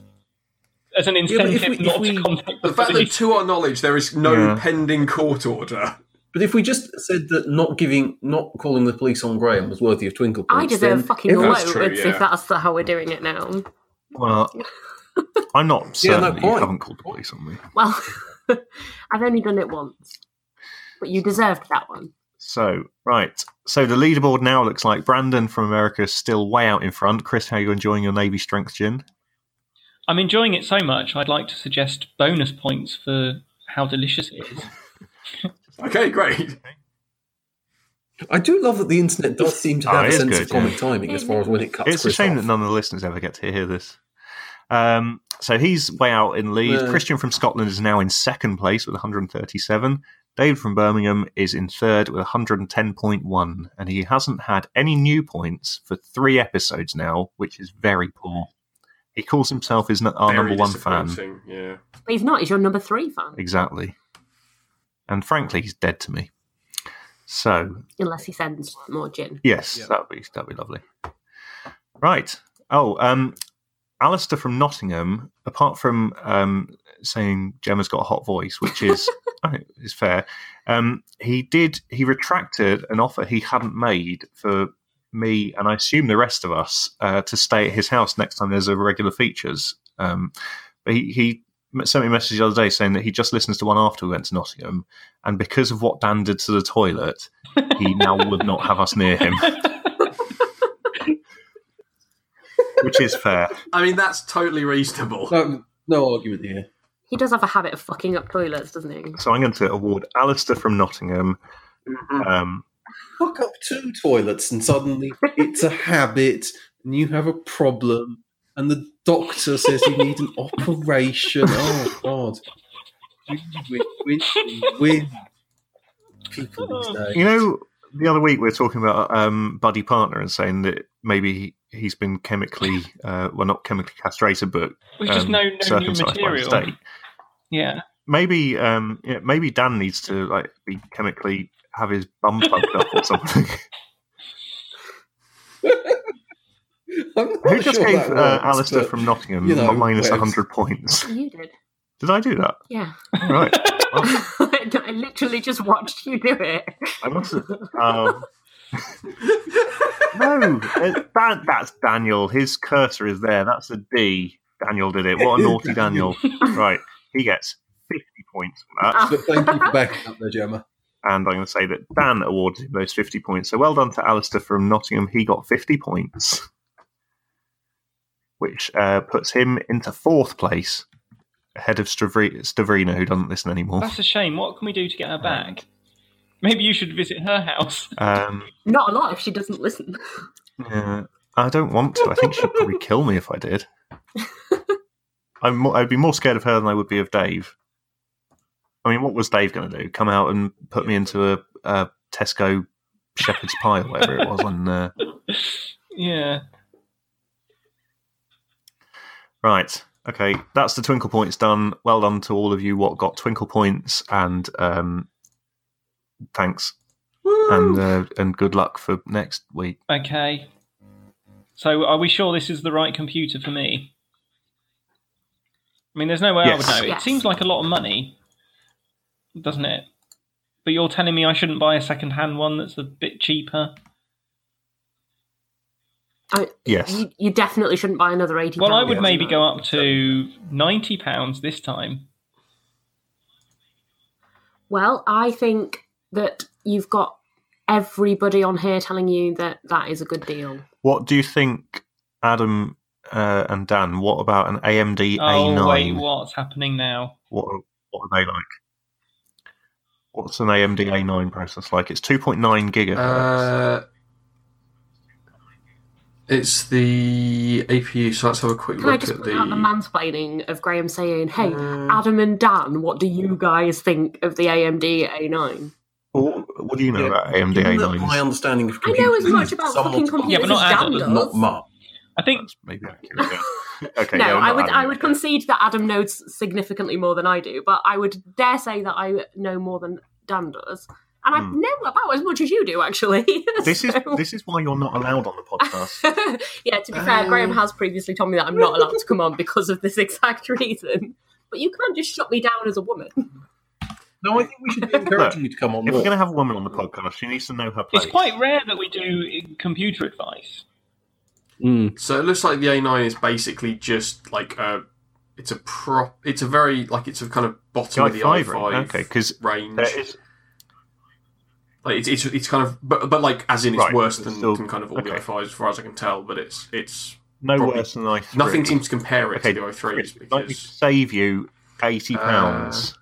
S3: as an
S2: but if
S3: incentive
S2: we- if
S3: not
S2: we-
S3: to contact
S1: The fact that,
S3: police.
S1: to our knowledge, there is no
S4: Yeah.
S1: pending court order.
S2: But if we just said that not giving, not calling the police on Graham was worthy of twinkle points,
S5: I deserve
S2: then
S5: fucking
S2: everyone-
S1: That's
S5: loads
S1: true, yeah.
S5: if that's the- how we're doing it now.
S4: Well, I'm not
S2: Yeah,
S4: certain
S2: no
S4: that you
S2: point.
S4: haven't called the police on me.
S5: Well, I've only done it once, but you deserved that one.
S4: So, right. So the leaderboard now looks like Brandon from America is still way out in front. Chris, how are you enjoying your Navy Strength Gin?
S3: I'm enjoying it so much. I'd like to suggest bonus points for how delicious it is.
S1: Okay, great.
S2: I do love that the internet does seem to
S4: Oh,
S2: have
S4: it
S2: a
S4: is
S2: sense
S4: good,
S2: of comic
S4: yeah.
S2: timing as far as when it cuts.
S4: It's a
S2: Chris
S4: shame
S2: off.
S4: that none of the listeners ever get to hear this. Um, so he's way out in lead.
S2: Yeah.
S4: Christian from Scotland is now in second place with 137. David from Birmingham is in third with 110.1, and he hasn't had any new points for three episodes now, which is very poor. He calls himself his, n- our
S1: Very
S4: number one fan.
S1: disappointing, Yeah.
S5: But he's not. He's your number three fan,
S4: Exactly. And frankly, he's dead to me. So,
S5: unless he sends more gin.
S4: yes,
S2: Yeah.
S4: that'd be that'd be lovely. Right. Oh, um, Alistair from Nottingham. Apart from um, saying Gemma's got a hot voice, which is I think is fair, um, he did he retracted an offer he hadn't made for me and I assume the rest of us uh, to stay at his house next time there's a regular features. Um, but he, he m- sent me a message the other day saying that he just listens to one after we went to Nottingham, and because of what Dan did to the toilet, he now would not have us near him. Which is fair.
S1: I mean, that's totally reasonable.
S2: No, Um, no argument here.
S5: He does have a habit of fucking up toilets, doesn't he?
S4: So I'm going to award Alistair from Nottingham.
S3: Mm-hmm.
S4: Um,
S2: Hook up two toilets, and suddenly it's a habit, and you have a problem, and the doctor says you need an operation. Oh God! Win, win, win, win. People these days.
S4: you know, the other week we were talking about um, Buddy Partner and saying that maybe he- he's been chemically, uh, well, not chemically castrated, but
S3: We've just
S4: um,
S3: no, no new
S4: circumcised by
S3: material.
S4: mistake.
S3: Yeah.
S4: maybe um yeah, maybe Dan needs to like be chemically have his bum plugged up or something.
S2: I'm not
S4: Who just
S2: sure
S4: gave
S2: that
S4: uh,
S2: works,
S4: Alistair
S2: but-
S4: from Nottingham
S2: you know,
S4: minus
S2: where-
S4: hundred points?
S5: You did.
S4: Did I do that?
S5: Yeah.
S4: Right.
S5: I literally just watched you do it.
S4: I must have. Um, No, uh, that, that's Daniel. His cursor is there. That's a D. Daniel did it. What a naughty Daniel. Right. He gets 50 points for that.
S2: But thank you for backing up there, Gemma.
S4: And I'm going to say that Dan awarded him those 50 points. So well done to Alistair from Nottingham. He got 50 points, which uh, puts him into fourth place ahead of Stavri- Stavrina, who doesn't listen anymore.
S3: That's a shame. What can we do to get her back? Maybe you should visit her house.
S4: Um,
S5: Not a lot if she doesn't listen.
S4: yeah, I don't want to. I think she'd probably kill me if I did. I'm more, I'd be more scared of her than I would be of Dave. I mean, what was Dave going to do? Come out and put me into a, a Tesco shepherd's pie or whatever it was on uh,
S3: Yeah.
S4: Right. Okay. That's the twinkle points done. Well done to all of you what got twinkle points and um, thanks and uh, and good luck for next week.
S3: Okay. So, are we sure this is the right computer for me? I mean, there's no way
S4: Yes.
S3: I would know.
S5: Yes.
S3: It seems like a lot of money, doesn't it? But you're telling me I shouldn't buy a second-hand one that's a bit cheaper.
S5: I,
S4: Yes.
S5: Oh, You, you definitely shouldn't buy another 80
S3: Well, I would
S4: uh,
S3: maybe go up to ninety pounds this time.
S5: Well, I think that you've got everybody on here telling you that that is a good deal.
S4: What do you think, Adam uh, and Dan? What about an AMD
S3: Oh wait,
S4: A9?
S3: what's happening now?
S4: What are- what are they like? What's an AMD A9 process like? It's 2.9 gigahertz.
S1: Uh, it's the APU, so let's have a quick
S5: Can I
S1: look
S5: just
S1: at
S5: point out the
S1: the.
S5: mansplaining of Graham saying, "Hey, Adam and Dan, what do you guys think of the AMD A9?"
S4: what, what do you know
S2: Yeah.
S4: about AMD
S2: Given that My
S4: A9s?
S2: understanding of
S5: I know
S2: computers
S5: as much
S2: is
S5: about
S2: somewhat
S5: fucking
S2: biased,
S5: computers
S3: Yeah, but not
S5: as Dan
S2: but
S3: Adam.
S5: does.
S2: not Mark.
S3: I think
S4: That's maybe accurate. yeah. Okay,
S5: no,
S4: yeah,
S5: I
S4: not
S5: would
S4: Adam
S5: I would
S4: yet.
S5: concede that Adam knows significantly more than I do, but I would dare say that I know more than Dan does, and I
S4: Hmm.
S5: know about as much as you do, actually.
S4: this is
S5: So-
S4: this is why you're not allowed on the podcast.
S5: yeah, to be fair, Graham has previously told me that I'm not allowed to come on because of this exact reason. But you can't just shut me down as a woman.
S2: No, I think we should be encouraging you to come on.
S4: If we're
S2: more.
S4: going to have a woman on the podcast, she needs to know her place.
S3: it's quite rare that we do computer advice.
S4: Hmm.
S1: So it looks like the A9 is basically just like a. It's a prop. It's a very like it's a kind of bottom of the
S4: i5
S1: i5
S4: range. Okay, 'cause
S1: range.
S4: there is-
S1: Like it's, it's it's kind of but but like as in it's
S4: Right,
S1: worse
S4: it's
S1: than,
S4: still-
S1: than kind of all the
S4: okay.
S1: i5s as far as I can tell. But it's it's
S4: no
S1: Probably-
S4: worse than i3.
S1: nothing seems to compare it
S4: Okay,
S1: to the i3s
S4: I'd like to
S1: because Uh,
S4: save you eighty pounds.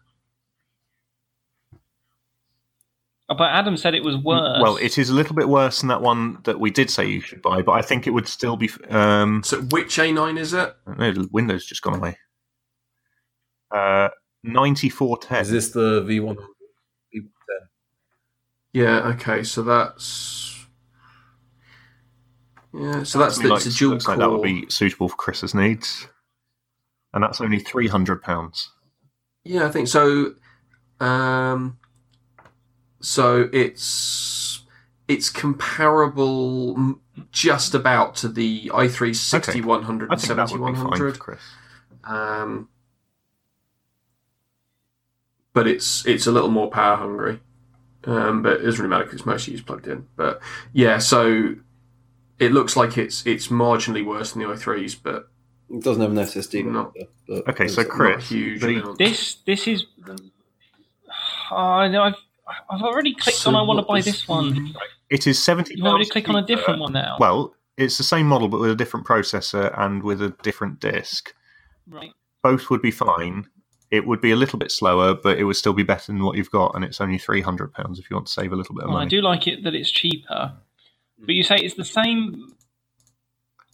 S3: But Adam said it was worse.
S4: Mm, well, it is a little bit worse than that one that we did say you should buy, but I think it would still be. Um,
S1: so which A9 is it?
S4: I don't know, the Windows just gone away. Uh, ninety-four ten.
S2: Is this the V1?
S1: Yeah. Okay. So that's yeah. So that's
S4: I
S1: the,
S4: mean,
S1: it's a dual
S4: looks
S1: core.
S4: like that would be suitable for Chris's needs, and that's only three hundred pounds.
S1: Yeah, I think so. Um, so it's it's comparable m- just about to the i3 6100
S4: I
S1: and
S4: think that would be fine for
S1: 7100.
S4: Chris.
S1: Um, but it's it's a little more power hungry. Um, but it doesn't really matter because it's mostly used plugged in. But yeah, so it looks like it's it's marginally worse than the i3s, but
S2: It doesn't have an SSD.
S1: No.
S2: But
S4: Okay, so
S2: it's-
S1: not a
S4: Chris,
S1: huge.
S4: the-
S1: amount.
S3: This this is. I know I've I've already clicked
S1: So
S3: on. I want to
S1: what
S3: buy
S1: is-
S3: this one.
S4: It is seventy.
S3: You want me to
S4: pounds
S3: click on a
S4: cheaper.
S3: different one now?
S4: Well, it's the same model but with a different processor and with a different disk.
S3: right.
S4: Both would be fine. It would be a little bit slower, but it would still be better than what you've got, and it's only three hundred pounds if you want to save a little bit of
S3: Well, I
S4: money.
S3: do like it that it's cheaper, but you say it's the same.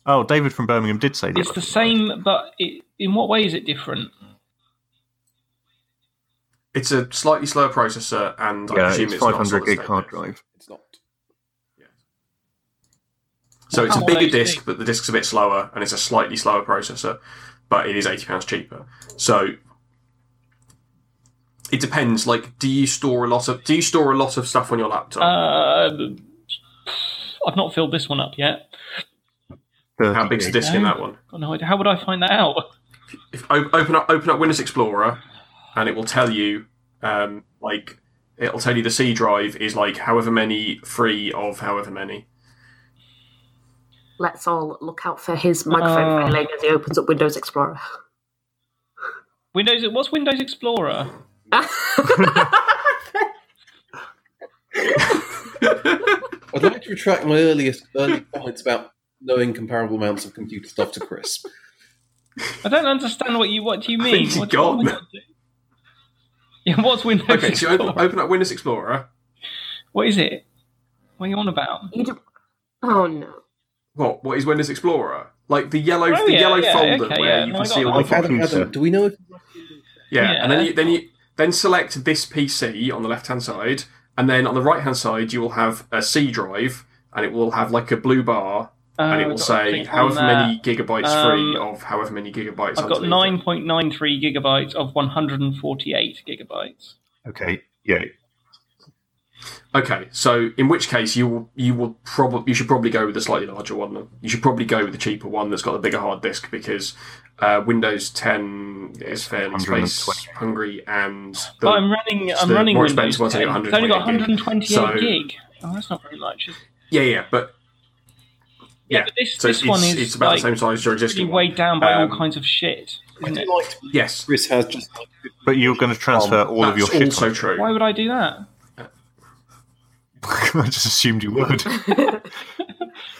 S4: Oh, David from Birmingham did say that.
S3: It's the same, but it, in what way is it different?
S1: It's a slightly slower processor, and I
S4: Yeah,
S1: presume
S4: it's
S1: it's,
S4: five
S1: not
S4: hundred
S1: solid
S4: gig
S1: state
S4: hard
S1: disk.
S4: drive.
S2: It's not.
S1: So it's a
S3: Oh,
S1: bigger
S3: those
S1: disk,
S3: things.
S1: but the disk's a bit slower, and it's a slightly slower processor, but it is eighty pounds cheaper. So it depends. Like, do you store a lot of do you store a lot of stuff on your laptop?
S3: Uh, I've not filled this one up yet.
S4: Uh,
S1: How big's the disk in that one?
S3: Got no idea. How would I find that out?
S1: If o- open up open up Windows Explorer, and it will tell you um, like it'll tell you the C drive is like however many free of however many.
S5: Let's all look out for his microphone
S3: Oh.
S5: failing as he opens up Windows Explorer.
S3: Windows. What's Windows Explorer?
S2: I'd like to retract my earliest early comments about knowing comparable amounts of computer stuff to Chris.
S3: I don't understand what you. What do you mean?
S1: think you
S3: What's-
S1: got me.
S3: Yeah, what's Windows
S1: Okay, so you
S3: Explorer?
S1: open, open up Windows Explorer.
S3: What is it? What are you on about?
S5: you do- oh no.
S1: What? What is Windows Explorer? Like the yellow,
S3: Oh,
S1: the
S3: yeah,
S1: yellow
S3: yeah,
S1: folder
S3: okay,
S1: where
S3: yeah,
S1: you
S3: no,
S1: can
S3: I got
S1: see all
S3: that.
S1: the files.
S2: Adam, Adam, do we know if
S1: Yeah, and then
S3: Yeah.
S1: you then you then select this PC on the left hand side, and then on the right hand side you will have a C drive, and it will have like a blue bar, and it
S3: Uh, I've
S1: will
S3: got to
S1: say
S3: click on
S1: however
S3: that.
S1: many gigabytes free
S3: Um,
S1: of however many gigabytes.
S3: I've got
S1: underneath
S3: nine
S1: it.
S3: point nine three gigabytes of one hundred and forty eight gigabytes.
S4: Okay, yeah,
S1: Okay, so in which case you will you will probably you should probably go with the slightly larger one. Then. You should probably go with the cheaper one that's got the bigger hard disk because uh, Windows 10 is fairly
S4: 128.
S1: space hungry and the,
S3: But I'm running.
S1: it's
S3: I'm
S1: the
S3: running
S1: more
S3: Windows.
S1: expensive one's
S3: 10.
S1: only
S3: It's
S1: got
S3: only got
S1: 128
S3: 128
S1: gig. So-
S3: gig. Oh, that's not very much. is it?
S1: yeah yeah but
S3: Yeah,
S1: Yeah,
S3: but this,
S1: so
S3: this
S1: it's,
S3: one is
S1: it's about
S3: like,
S1: the same size as your
S3: pretty
S1: existing one.
S3: weighed down by
S1: Um,
S3: all kinds of shit. Isn't it?
S1: Yes,
S2: Chris has just like
S4: but you're going to transfer all of
S1: Um, that's
S4: your shit.
S1: also
S4: on it.
S1: true.
S3: Why would I do that?
S4: I just assumed you would.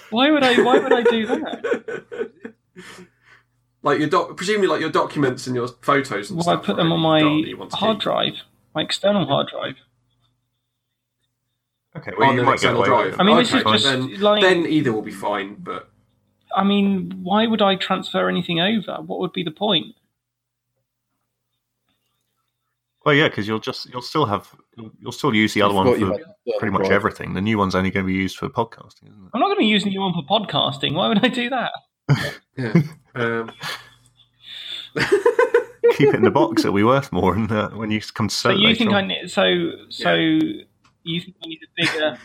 S3: Why would I? Why would I do that?
S1: Like your doc, presumably like your documents and your photos and
S3: Well, I
S1: stuff.
S3: put them
S1: right,
S3: on
S1: that you've got
S3: my
S1: that you want to
S3: hard
S1: keep.
S3: drive, my external hard drive.
S4: Okay, well,
S1: on
S4: you
S1: the
S4: might get
S1: external
S4: away with
S1: drive.
S4: it.
S3: I mean, this
S1: okay,
S3: is just
S1: then,
S3: like-
S1: then either will be fine, but
S3: I mean, why would I transfer anything over? What would be the point?
S4: Well, yeah, because you'll just you'll still have you'll, you'll still use the other
S2: I
S4: one
S2: forgot you
S4: for
S2: had that
S4: pretty much
S2: right.
S4: everything. The new one's only going to be used for podcasting, isn't
S3: I'm not going to use anyone for podcasting. Why would I do that?
S1: yeah. um,
S4: it? Keep it in the box; it'll be worth more. And uh, when you come to
S3: So
S4: sell it
S3: you
S4: later
S3: think I
S4: on.
S3: need? So so you think I need a bigger?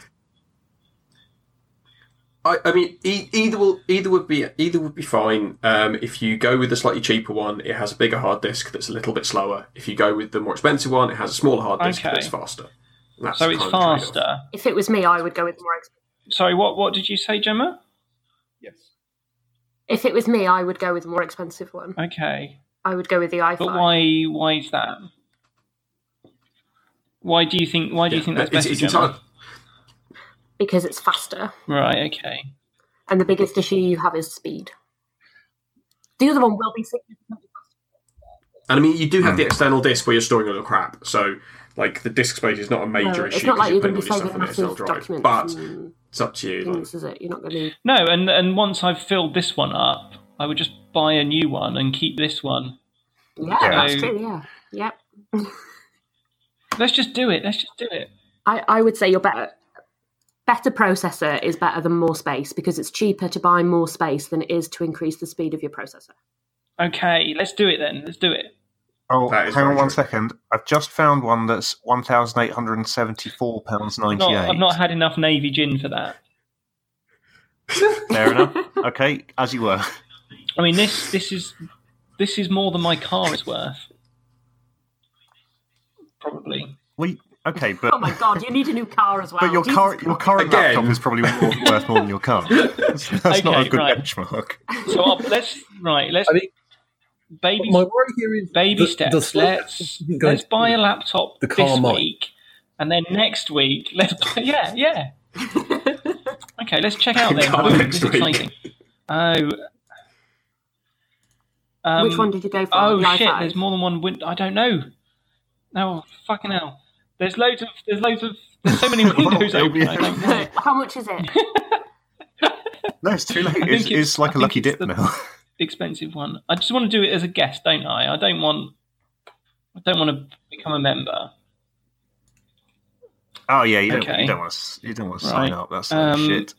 S1: I, I mean, e- either will either would be either would be fine. Um, if you go with the slightly cheaper one, it has a bigger hard disk that's a little bit slower. If you go with the more expensive one, it has a smaller hard disk
S3: Okay.
S1: that's faster. And that's
S3: so
S1: the
S3: it's
S1: kind of trade-off.
S3: faster.
S5: If it was me, I would go with the more expensive.
S3: Sorry, what what did you say, Gemma?
S2: Yes.
S5: If it was me, I would go with the more expensive one.
S3: Okay,
S5: I would go with the iPhone.
S3: but why why is that? Why do you think why do you
S1: Yeah,
S3: think
S1: but
S3: that's better?
S1: it's, it's
S3: Gemma?
S1: entirely-
S5: Because it's faster.
S3: Right. Okay.
S5: And the biggest issue you have is speed. The other one will be significantly
S1: And I mean, you do have the external disk where you're storing all your crap, so like the disk space is not a major
S5: faster.
S1: issue.
S5: It's not
S1: 'cause
S5: like
S1: you're
S5: you're going to be
S1: putting all your
S5: saving massive
S1: stuff on an external drive.
S5: documents
S1: But
S5: and
S1: it's up to you.
S3: Hmm.
S1: like-
S5: things, is it? You're not going to.
S3: No, and and once I've filled this one up, I would just buy a new one and keep this one.
S5: Yeah,
S4: Yeah.
S5: that's true. Yeah, yep.
S3: Let's just do it. Let's just do it.
S5: I, I would say your better better processor is better than more space because it's cheaper to buy more space than it is to increase the speed of your processor.
S3: Okay, let's do it then. Let's do it.
S4: Oh,
S1: That is
S4: hang on
S1: very
S4: one
S1: true.
S4: second. I've just found one that's one thousand eight hundred and seventy-four pounds
S3: Not,
S4: ninety-eight.
S3: I've Oh, not had enough navy gin for that.
S4: Fair enough. Okay, as you were.
S3: I mean this this is this is more than my car is worth. Probably.
S4: We okay, but
S5: Oh my god, you need a new car as well.
S4: but your
S5: Jesus
S4: current your
S5: Christ.
S4: current
S1: Again.
S4: laptop is probably more, worth more than your car. That's, that's not
S3: Okay,
S4: a good
S3: right.
S4: benchmark.
S3: So I'll, let's right. Let's
S2: I mean,
S3: baby
S2: my worry here is
S3: baby
S2: the-
S3: steps.
S2: the slow-
S3: let's
S2: Go-
S3: let's buy a laptop
S2: The car
S3: this
S2: might.
S3: week, and then next week let's buy, yeah yeah. okay, let's check out then.
S1: Car
S3: Oh,
S1: next
S3: this is
S1: week.
S3: exciting. Oh. Um,
S5: Which one did you go for?
S3: Oh
S5: The
S3: shit!
S5: iPhone?
S3: There's more than one window. I don't know. No oh, fucking hell. There's loads of there's loads of there's so many windows
S4: it'll be-
S3: open. I don't know.
S5: How much is it?
S4: No, it's too late.
S3: think
S4: It's,
S3: it's-
S4: it's like
S3: I
S4: a lucky
S3: think it's
S4: dip
S3: the-
S4: now.
S3: expensive one. I just want to do it as a guest, don't I? I don't want. I don't want to become a member.
S4: Oh yeah, you don't,
S3: Okay.
S4: you don't want to you don't want to
S3: Right.
S4: sign up. That's sort of
S3: Um,
S4: shit.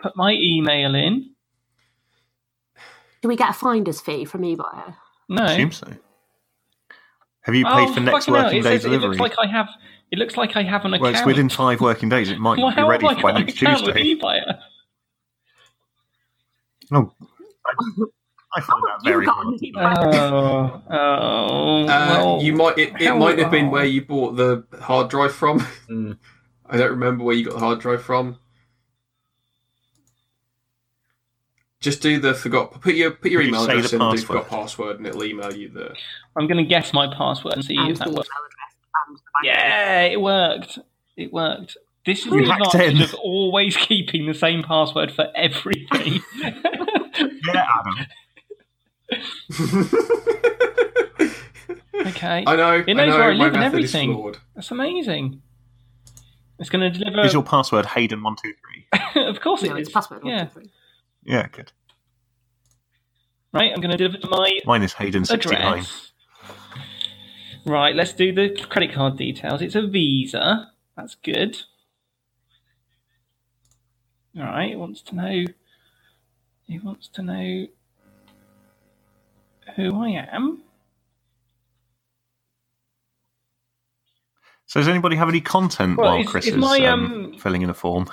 S3: Put my email in.
S5: Do we get a finder's fee from eBuyer?
S3: No.
S4: I assume so. Have you paid
S3: oh,
S4: for next
S3: fucking hell,
S4: working
S3: it
S4: day
S3: says-
S4: delivery?
S3: It looks like I have. It looks like I have an account.
S4: well, it's within five working days. It might
S3: Well,
S4: be
S3: how
S4: ready
S3: have I
S4: by
S3: got an
S4: next
S3: account
S4: Tuesday.
S3: With eBayer?
S4: No, I find that
S5: You
S4: very
S5: got
S4: hard.
S5: me.
S3: Oh, oh.
S1: Uh,
S3: well,
S1: you might it, it
S3: how-
S1: might have been where you bought the hard drive from.
S4: Mm.
S1: I don't remember where you got the hard drive from. Just do the forgot. Put your put your
S4: You
S1: email
S4: say
S1: address
S4: the
S1: in, do
S4: password.
S1: forgot password, and it'll email you the.
S3: I'm going to guess my password and see
S5: and
S3: if
S5: the
S3: that
S5: email
S3: works.
S5: address and the bank
S3: Yeah, it worked. It worked. This is
S4: You
S3: the
S4: hacked
S3: advantage
S4: in.
S3: of always keeping the same password for everything.
S4: Yeah, Adam.
S3: okay,
S1: I know.
S3: It
S1: I
S3: knows
S1: know.
S3: where I
S1: my
S3: live and
S1: method is
S3: everything.
S1: flawed.
S3: that's amazing. It's going to deliver.
S4: Is your password Hayden one two three?
S3: of course,
S5: account.
S3: it
S5: No, it's
S3: is.
S5: password. one,
S3: Yeah.
S5: two, three.
S4: Yeah, good.
S3: Right, I'm going to deliver my
S4: Mine is Hayden sixty nine.
S3: address. Right, let's do the credit card details. It's a Visa. That's good. All right, it wants to know. He wants to know who I am.
S4: So does anybody have any content
S3: Well,
S4: while
S3: is-
S4: Chris
S3: is
S4: is,
S3: my,
S4: um,
S3: um,
S4: filling in a form?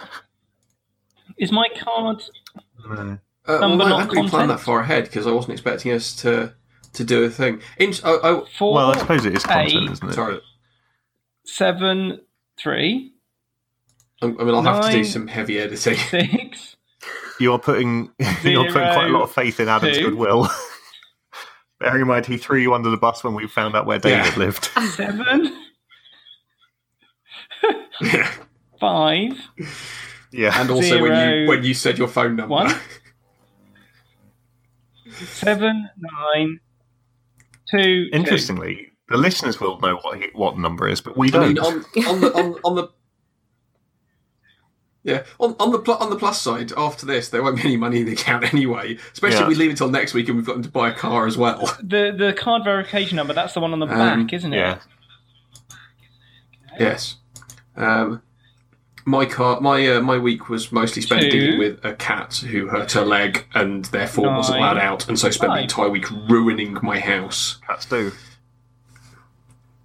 S3: Is my card?
S1: Uh,
S3: Number not
S1: well, no, I hadn't really planned
S3: content.
S1: that far ahead because I wasn't expecting us to to do a thing. In, oh,
S3: Four,
S4: Well, I suppose it is content,
S3: eight,
S4: isn't
S1: oh,
S4: it?
S1: sorry.
S3: seven, three,
S1: I I mean, I'll have to do
S3: Nine.
S1: some heavy editing.
S3: six.
S4: You are putting you are putting quite a lot of faith in Adam's
S3: two.
S4: goodwill. Bearing in mind he threw you under the bus when we found out where David
S1: Yeah.
S4: lived.
S3: seven, five,
S4: Yeah.
S1: and also when
S3: Zero.
S1: you when you said your phone number.
S3: One. seven, nine, two. two.
S4: Interestingly, the listeners will know what he, what number is, but we
S1: I
S4: don't.
S1: mean, on, on the on, on the yeah, on, on the pl- on the plus side, after this, there won't be any money in the account anyway. Especially
S4: Yeah.
S1: if we leave it till next week and we've got them to buy a car as well.
S3: The the card verification number. That's the one on the
S1: Um,
S3: back, isn't it?
S4: yeah.
S1: Yes. Um, my car, my uh, my week was mostly spent
S3: Two.
S1: dealing with a cat who hurt her leg and therefore was wasn't
S3: Nine.
S1: allowed out, and so spent
S3: Five.
S1: the entire week ruining my house
S4: Cats do.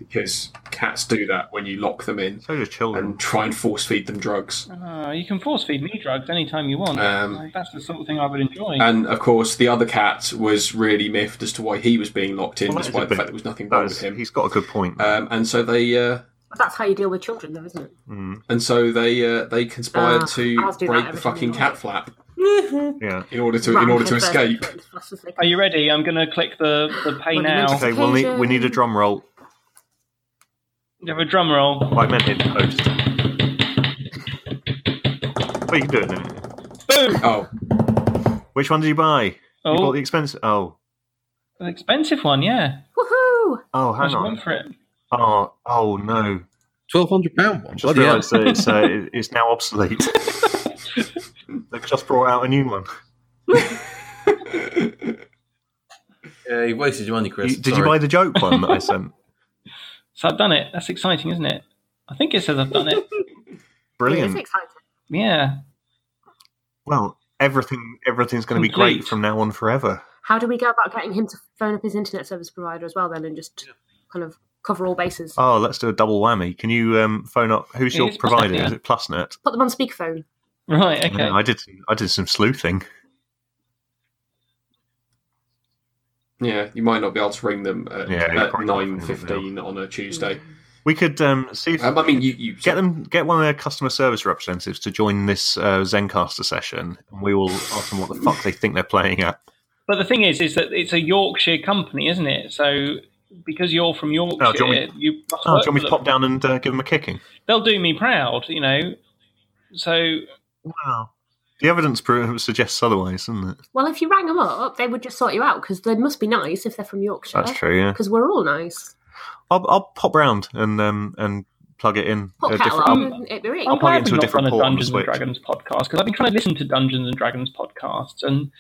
S1: because cats do that when you lock them in
S4: So do children.
S1: and try and force feed them drugs.
S3: Ah, you can force feed me drugs anytime you want.
S1: Um, uh,
S3: Like, that's the sort of thing I would enjoy.
S1: And of course, the other cat was really miffed as to why he was being locked in,
S4: Well, that is a
S1: despite the
S4: bit-
S1: fact there was nothing
S4: That
S1: wrong
S4: is-
S1: with him.
S4: he's got a good point.
S1: Um, and so they, uh,
S5: But That's how you deal with children, though, isn't it?
S4: Mm,
S1: and so they, uh, they conspired
S5: Ah, I
S1: to
S5: was doing that
S1: break the
S5: every
S1: fucking
S5: single
S1: cat
S5: day.
S1: flap
S4: yeah.
S1: in order to in order to escape.
S3: Are you ready? I'm going to click the, the pay
S5: Well,
S3: now.
S5: the
S4: Okay, we'll need we need a drum roll.
S3: You have a drum roll.
S4: I meant it. Oh, just... Well, you can do it in a minute.
S3: Boom!
S1: Oh,
S4: Which one did you buy? You bought
S3: Oh,
S4: the expensive. Oh,
S3: an expensive one, yeah.
S5: Woohoo!
S4: oh,
S3: How's
S4: hang
S3: one
S4: on.
S3: for it?
S4: Oh, oh no.
S2: Twelve hundred pound one.
S4: Just
S2: Bloody hell.
S4: realised that it's uh, it- it's now obsolete. They've just brought out a new one.
S2: Yeah, you wasted your money, Chris.
S4: You- did you buy the joke one that I sent?
S3: So I've done it. That's exciting, isn't it? I think it says I've done it.
S5: It's
S4: Brilliant.
S5: exciting.
S3: yeah.
S4: Well, everything everything's going to be
S3: Complete.
S4: great from now on forever.
S5: How do we go about getting him to phone up his internet service provider as well, then, and just kind of cover all bases?
S4: Oh, let's do a double whammy. Can you um, phone up? Who's
S3: It
S4: your
S3: is
S4: provider?
S3: Plusnet,
S4: Is
S3: yeah.
S4: it Plusnet?
S5: Put them on speakerphone.
S3: Right, okay.
S4: Yeah, I did. Some, I did some sleuthing.
S1: yeah, you might not be able to ring them at,
S4: Yeah, you probably can't ring
S1: nine
S4: them
S1: fifteen on a Tuesday.
S4: We could um, see if
S1: Um, I mean, you, you
S4: get them get one of their customer service representatives to join this uh, Zencaster session, and we will ask them what the fuck they think they're playing at.
S3: But the thing is, is that it's a Yorkshire company, isn't it? So because you're from Yorkshire,
S4: Oh, do you want me-
S3: you must
S4: Oh,
S3: work
S4: do
S3: for
S4: you want me to
S3: them.
S4: pop down and uh, give them a kicking?
S3: They'll do me proud, you know. So
S4: Wow. The evidence pro- suggests otherwise, doesn't it?
S5: Well, if you rang them up, they would just sort you out because they must be nice if they're from Yorkshire.
S4: That's true. Yeah,
S5: Because we're all nice.
S4: I'll, I'll pop round and um, and plug it in.
S5: Put
S4: a
S5: cattle
S4: different-
S5: on
S4: I'll-
S5: and it'd be really.
S3: I'm
S4: I'll plug
S3: glad
S4: it into
S3: we've not
S4: a different
S3: done a
S4: port on the
S3: Dungeons and
S4: Switch.
S3: Dragons podcast because I've been trying to listen to Dungeons and Dragons podcasts and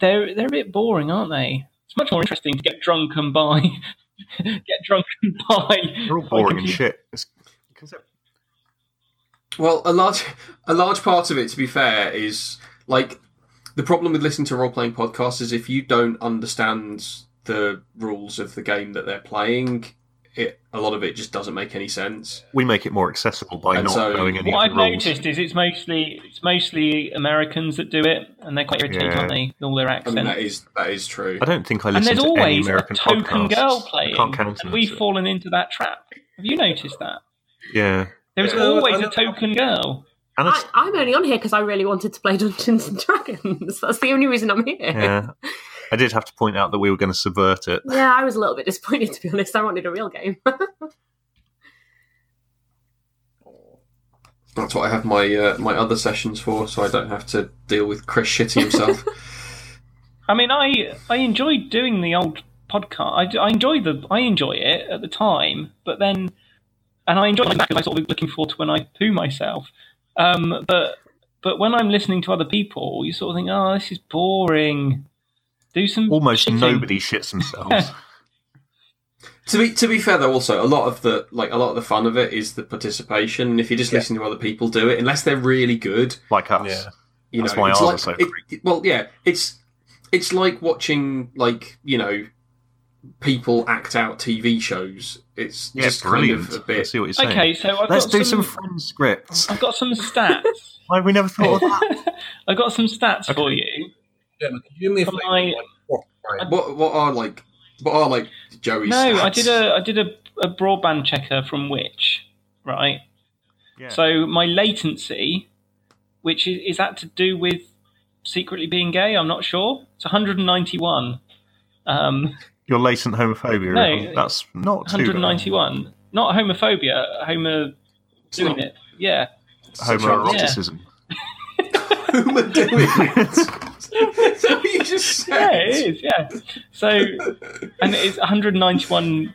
S3: they're they're a bit boring, aren't they? It's much more interesting to get drunk and buy, get drunk and buy.
S4: They're all boring and
S3: computer.
S4: shit. It's, 'cause it-
S1: Well, a large a large part of it, to be fair, is like the problem with listening to role playing podcasts is if you don't understand the rules of the game that they're playing, it a lot of it just doesn't make any sense.
S4: We make it more accessible by
S1: And
S4: not
S1: so-
S4: knowing any
S3: What
S4: of
S3: I've
S4: the rules.
S3: noticed is it's mostly it's mostly Americans that do it, and they're quite irritating,
S4: Yeah.
S3: aren't they? with All their
S1: I mean, that
S3: accent.
S1: is that is true.
S4: I don't think I
S3: And
S4: listen
S3: there's
S4: to any
S3: always a
S4: American
S3: token
S4: podcasts.
S3: girl
S4: I
S3: playing,
S4: can't
S3: and
S4: countenance
S3: we've
S4: it.
S3: fallen into that trap. Have you noticed that?
S4: Yeah.
S3: There's
S2: Yeah.
S3: always
S2: Uh,
S3: a token girl.
S4: Alice,
S5: I, I'm only on here because I really wanted to play Dungeons and Dragons. That's the only reason I'm here.
S4: yeah. I did have to point out that we were going to subvert it.
S5: Yeah, I was a little bit disappointed to be honest. I wanted a real game.
S1: That's what I have my uh, my other sessions for, so I don't have to deal with Chris shitting himself.
S3: I mean, I I enjoyed doing the old podcast. I, I enjoy the I enjoy it at the time, but then, and I enjoy it because I sort of looking forward to when I poo myself. Um, but but when I'm listening to other people, you sort of think, oh, this is boring. Do some
S4: Almost
S3: shitting.
S4: nobody shits themselves.
S1: to be to be fair though, also a lot of the like a lot of the fun of it is the participation. And if you just listen to other people do it, unless they're really good,
S4: like us.
S6: Yeah.
S1: you
S4: That's
S1: know,
S4: why
S1: it's
S4: ours
S1: like,
S4: are so
S1: it- it- well, yeah, it's it's like watching like you know people act out TV shows. It's
S4: Yeah,
S1: just
S4: brilliant.
S1: kind of a
S4: I
S1: bit.
S4: see what you're saying.
S3: Okay, so I've
S4: Let's
S3: got
S4: do some friend scripts.
S3: I've got some stats.
S4: Why we never thought of that?
S3: I've got some stats for you.
S2: Gemma, can you do me a
S3: Can
S2: favour?
S3: I-
S2: Like, rock, right?
S1: What what are like what are like Joey's?
S3: No, I
S1: stats?
S3: did a I did a, a broadband checker from Which, right?
S4: Yeah.
S3: So my latency, which is, is that to do with secretly being gay? I'm not sure. It's 191. Um,
S4: Your latent homophobia.
S3: No,
S4: that's not too bad.
S3: 191. Not homophobia. Homo doing it. Yeah.
S4: Homoeroticism.
S1: Who am I doing it? Is that what you just
S3: Yeah,
S1: said?
S3: it is. Yeah. So, and it's 191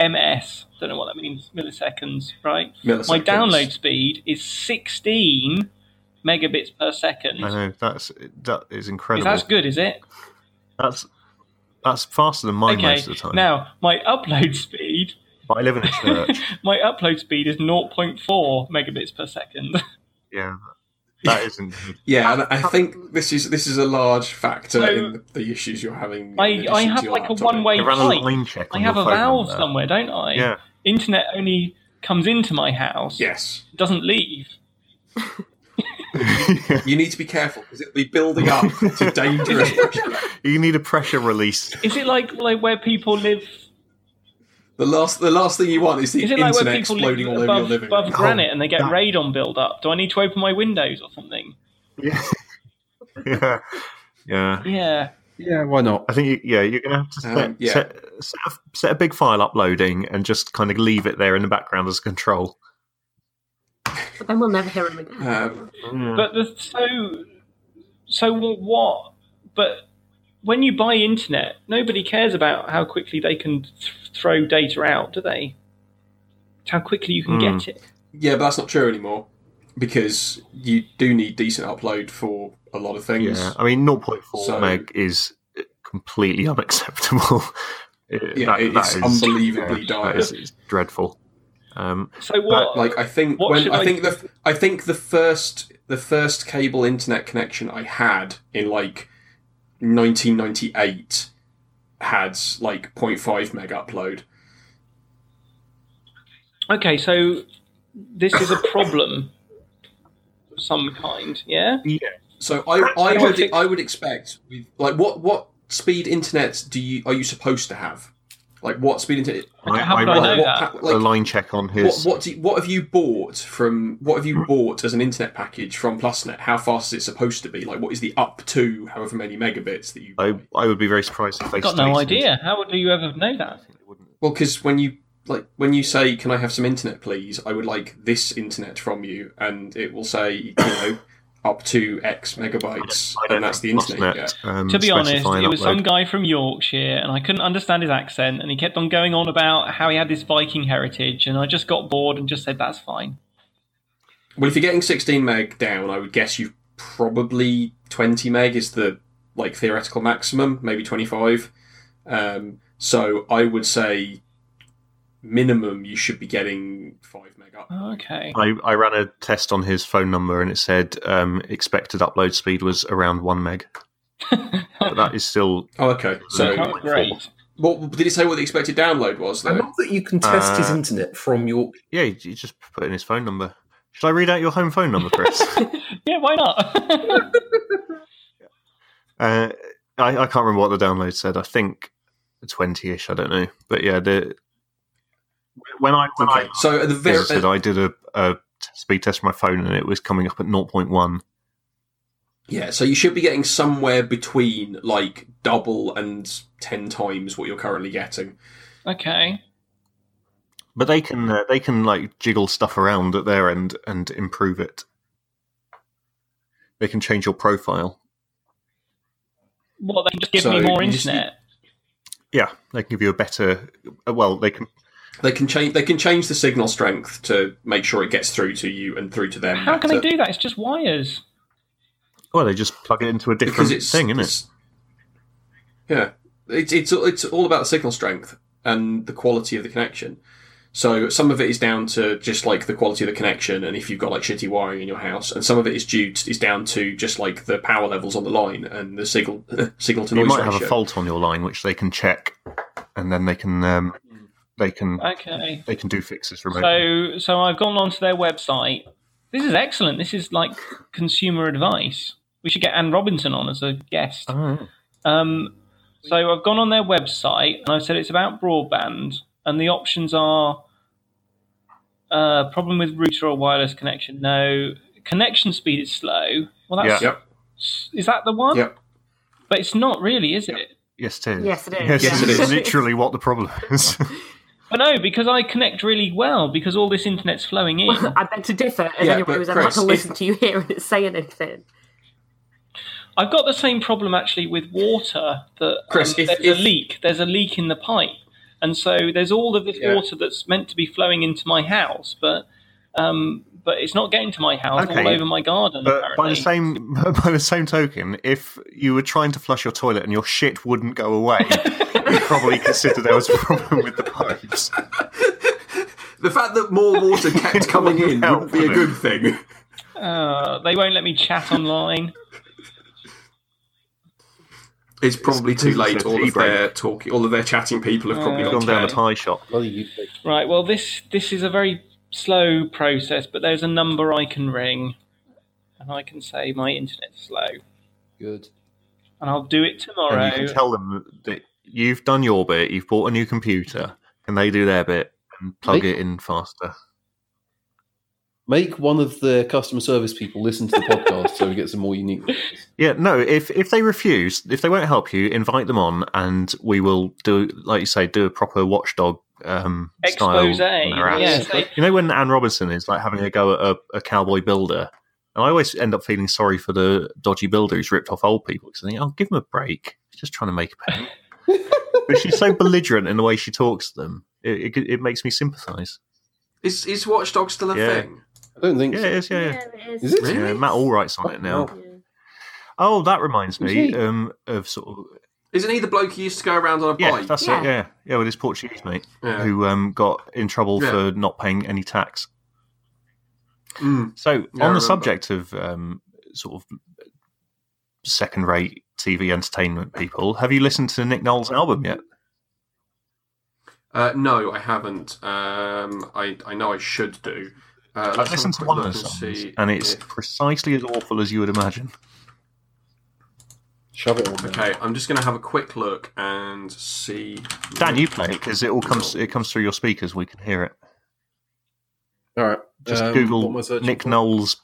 S3: ms. Don't know what that means. Milliseconds, right? My
S1: Milliseconds.
S3: download speed is 16 megabits per second.
S4: I know that's that is
S3: Is
S4: incredible.
S3: that good? Is it?
S4: That's that's faster than mine
S3: Okay.
S4: most of the time.
S3: Now my upload speed,
S4: but I live in a church.
S3: my upload speed is 0.4 megabits per second.
S4: yeah, that isn't. Good.
S1: Yeah, and I think this is this is a large factor
S3: So-
S1: in the issues you're having. in
S3: I,
S1: addition
S3: I
S1: to
S3: have
S1: your
S3: like a
S1: laptop.
S3: one-way
S4: I ran a
S3: pipe.
S4: line check.
S3: I
S4: on
S3: have
S4: your
S3: a
S4: phone
S3: valve
S4: there.
S3: somewhere, don't I?
S4: Yeah,
S3: Internet only comes into my house.
S1: Yes,
S3: It doesn't leave.
S1: you need to be careful because it'll be building up to dangerous.
S4: you need a pressure release.
S3: Is it like like where people live?
S1: the last the last thing you want is the
S3: Is it
S1: internet
S3: like where people
S1: exploding
S3: live
S1: all over your
S3: above,
S1: living
S3: above
S1: room.
S3: granite and they get
S4: that-
S3: radon build up? Do I need to open my windows or something?
S4: Yeah, yeah, yeah.
S3: Yeah.
S2: Yeah, why not?
S4: I think you, yeah, you're gonna have to set,
S1: Um, yeah.
S4: set, set, a, set a big file uploading and just kind of leave it there in the background as control.
S5: But then we'll never hear him again.
S1: Um,
S3: But
S4: Mm-hmm.
S3: the so so wh- what? But when you buy internet, nobody cares about how quickly they can th- throw data out, do they? It's how quickly you can
S4: Hmm.
S3: get it.
S1: yeah, but that's not true anymore because you do need decent upload for a lot of things.
S4: Yeah, I mean, 0.4
S1: So-
S4: meg is completely unacceptable. It-
S1: Yeah, it is unbelievably dire.
S4: That is, it's dreadful. Um,
S3: So what?
S1: like I think
S3: What
S1: when
S3: should
S1: I,
S3: I
S1: think
S3: do?
S1: the I think the first the first cable internet connection I had in like 1998 had like 0.5 meg upload.
S3: okay, so this is a problem of some kind. Yeah.
S1: So I I
S3: I
S1: would
S3: think-
S1: I would expect with like what what speed internet do you are you supposed to have? Like what speed internet?
S4: I,
S3: how
S4: I
S3: could I
S4: ran
S3: know
S1: what,
S3: that?
S1: pa-
S4: a
S1: like,
S4: line check on
S1: what
S4: his. Mm.
S1: what, do you, what have you bought from what have you bought as an internet package from Plusnet? How fast is it supposed to be? Like what is the up to however many megabits that you?
S4: I, I would be very surprised if they
S3: Got no
S4: stated-
S3: idea. How would you ever know that?
S1: Well, because when you like when you say, "Can I have some internet, please?" I would like this internet from you, and it will say, you know, up to X megabytes,
S4: I don't
S1: and that's the
S4: know,
S1: internet. you
S4: Plusnet,
S1: get.
S4: um,
S3: To be honest,
S4: specify
S3: it
S4: and
S3: was
S4: upload.
S3: some guy from Yorkshire, and I couldn't understand his accent, and he kept on going on about how he had this Viking heritage, and I just got bored and just said, "That's fine."
S1: Well, if you're getting 16 meg down, I would guess you probably 20 meg is the like theoretical maximum, maybe 25. Um, so I would say minimum you should be getting five meg up.
S3: Okay.
S4: I, I ran a test on his phone number and it said um, expected upload speed was around 1 meg. but that is still
S1: Oh, okay. So
S4: Okay.
S3: Not great.
S1: What did he say? What the expected download was?
S2: I
S1: Though
S2: love that you can test his
S4: Uh,
S2: internet from your.
S4: Yeah, you you just put in his phone number. Should I read out your home phone number, Chris?
S3: Yeah, why not?
S4: uh, I, I can't remember what the download said. I think twenty-ish. I don't know, but yeah, the when I when I
S1: so at the
S4: As I
S1: very
S4: said, I did a, a speed test on my phone and it was coming up at 0.1.
S1: yeah, so you should be getting somewhere between like double and ten times what you're currently getting.
S3: okay.
S4: But they can uh, they can like jiggle stuff around at their end and improve it. They can change your profile.
S3: Well, they can just give
S1: So,
S3: me more
S1: you just-
S3: internet.
S4: Yeah, they can give you a better. uh, Well, they can.
S1: They can change. They can change the signal strength to make sure it gets through to you and through to them.
S3: How can they
S1: better.
S3: do that? It's just wires.
S4: Well, they just plug it into a different thing, isn't it?
S1: it's- Yeah, it's it's it's all about signal strength and the quality of the connection. So some of it is down to just like the quality of the connection, and if you've got like shitty wiring in your house, and some of it is due to, is down to just like the power levels on the line and the signal signal to
S4: You
S1: noise
S4: might
S1: ratio.
S4: have a fault on your line, which they can check, and then they can um, they can
S3: Okay.
S4: they can do fixes
S3: So,
S4: remotely.
S3: so I've gone onto their website. This is excellent. This is like consumer advice. We should get Anne Robinson on as a guest.
S1: Uh-huh.
S4: Oh.
S3: Um, so I've gone on their website and I said it's about broadband, and the options are uh, problem with router or wireless connection. No, connection speed is slow. Well, that's
S4: Yeah.
S1: Yep.
S3: is that the one?
S1: Yep.
S3: But it's not really, is it?
S4: Yes, it is.
S5: Yes, it is.
S4: Yes,
S1: Yes,
S4: it
S1: it
S4: is.
S1: is.
S4: Literally, what the problem is.
S3: But no, because I connect really well because all this internet's flowing in.
S5: I beg to differ. If
S1: Yeah,
S5: anyone
S1: but
S5: who's ever had
S1: Chris,
S5: to
S1: if-
S5: listen to you here and it's saying anything,
S3: I've got the same problem actually with water. That
S1: Chris,
S3: um,
S1: if-
S3: there's
S1: if-
S3: a leak. There's a leak in the pipe, and so there's all of this
S1: Yeah.
S3: water that's meant to be flowing into my house, but um, but it's not getting to my house.
S4: Okay.
S3: All over my garden.
S4: But
S3: apparently.
S4: by the same by the same token, if you were trying to flush your toilet and your shit wouldn't go away, you'd probably consider there was a problem with the pipes.
S1: The fact that more water kept coming in
S4: Help,
S1: wouldn't be a
S4: wouldn't
S1: good thing.
S3: Uh, they won't let me chat online.
S1: It's probably too
S4: too
S1: late.
S4: late.
S1: All of their talking, all of their chatting people have probably
S3: Uh,
S4: Gone
S1: gone
S4: down a
S1: down.
S4: tie shop.
S2: Well, you think
S3: right. Well, this this is a very slow process, but there's a number I can ring, and I can say my internet's slow,
S2: good.
S3: and I'll do it tomorrow.
S4: And you can tell them that you've done your bit, you've bought a new computer, and they do their bit and plug
S2: They-
S4: it in faster.
S2: Make one of the customer service people listen to the podcast so we get some more unique.
S4: Yeah, no, if if they refuse, if they won't help you, invite them on and we will do like you say, do a proper watchdog um style
S3: Expose.
S4: on their ass.
S3: Yeah, so-
S4: You know when Anne Robinson is like having a go at a, a cowboy builder, and I always end up feeling sorry for the dodgy builder who's ripped off old people because I think, oh, give him a break. He's just trying to make a penny. but she's so belligerent in the way she talks to them. It, it, it makes me sympathise.
S1: Is is Watchdog still a
S4: Yeah.
S1: thing?
S2: I don't think
S4: Yeah,
S2: so.
S4: it is. Yeah, yeah.
S5: it
S2: Is it?
S4: Yeah, Matt Allright's on it now. Oh, that reminds
S2: Who's
S4: me
S2: he?
S4: um, of sort of
S1: Isn't he the bloke who used to go around on a
S4: yeah,
S1: bike?
S4: that's
S5: Yeah.
S4: it. Yeah, yeah, with his Portuguese mate
S1: Yeah.
S4: who um, got in trouble
S1: Yeah.
S4: for not paying any tax.
S1: Mm.
S4: So,
S1: I
S4: on the
S1: remember.
S4: subject of um, sort of second-rate TV entertainment people, have you listened to Nick Knowles' album yet?
S1: Uh, no, I haven't. Um, I I know I should do. Uh,
S4: I've
S1: let's
S4: listened to
S1: have a
S4: one
S1: quick
S4: of the
S1: look
S4: songs,
S1: see
S4: and it's
S1: if-
S4: precisely as awful as you would imagine.
S2: Shove it on.
S1: okay. I'm just going to have a quick look and see.
S4: Dan, you play it because it all comes it comes through your speakers. We can hear it.
S2: All right.
S4: Just
S2: um, what am I
S4: Google
S2: searching
S4: Nick
S2: for?
S4: Knowles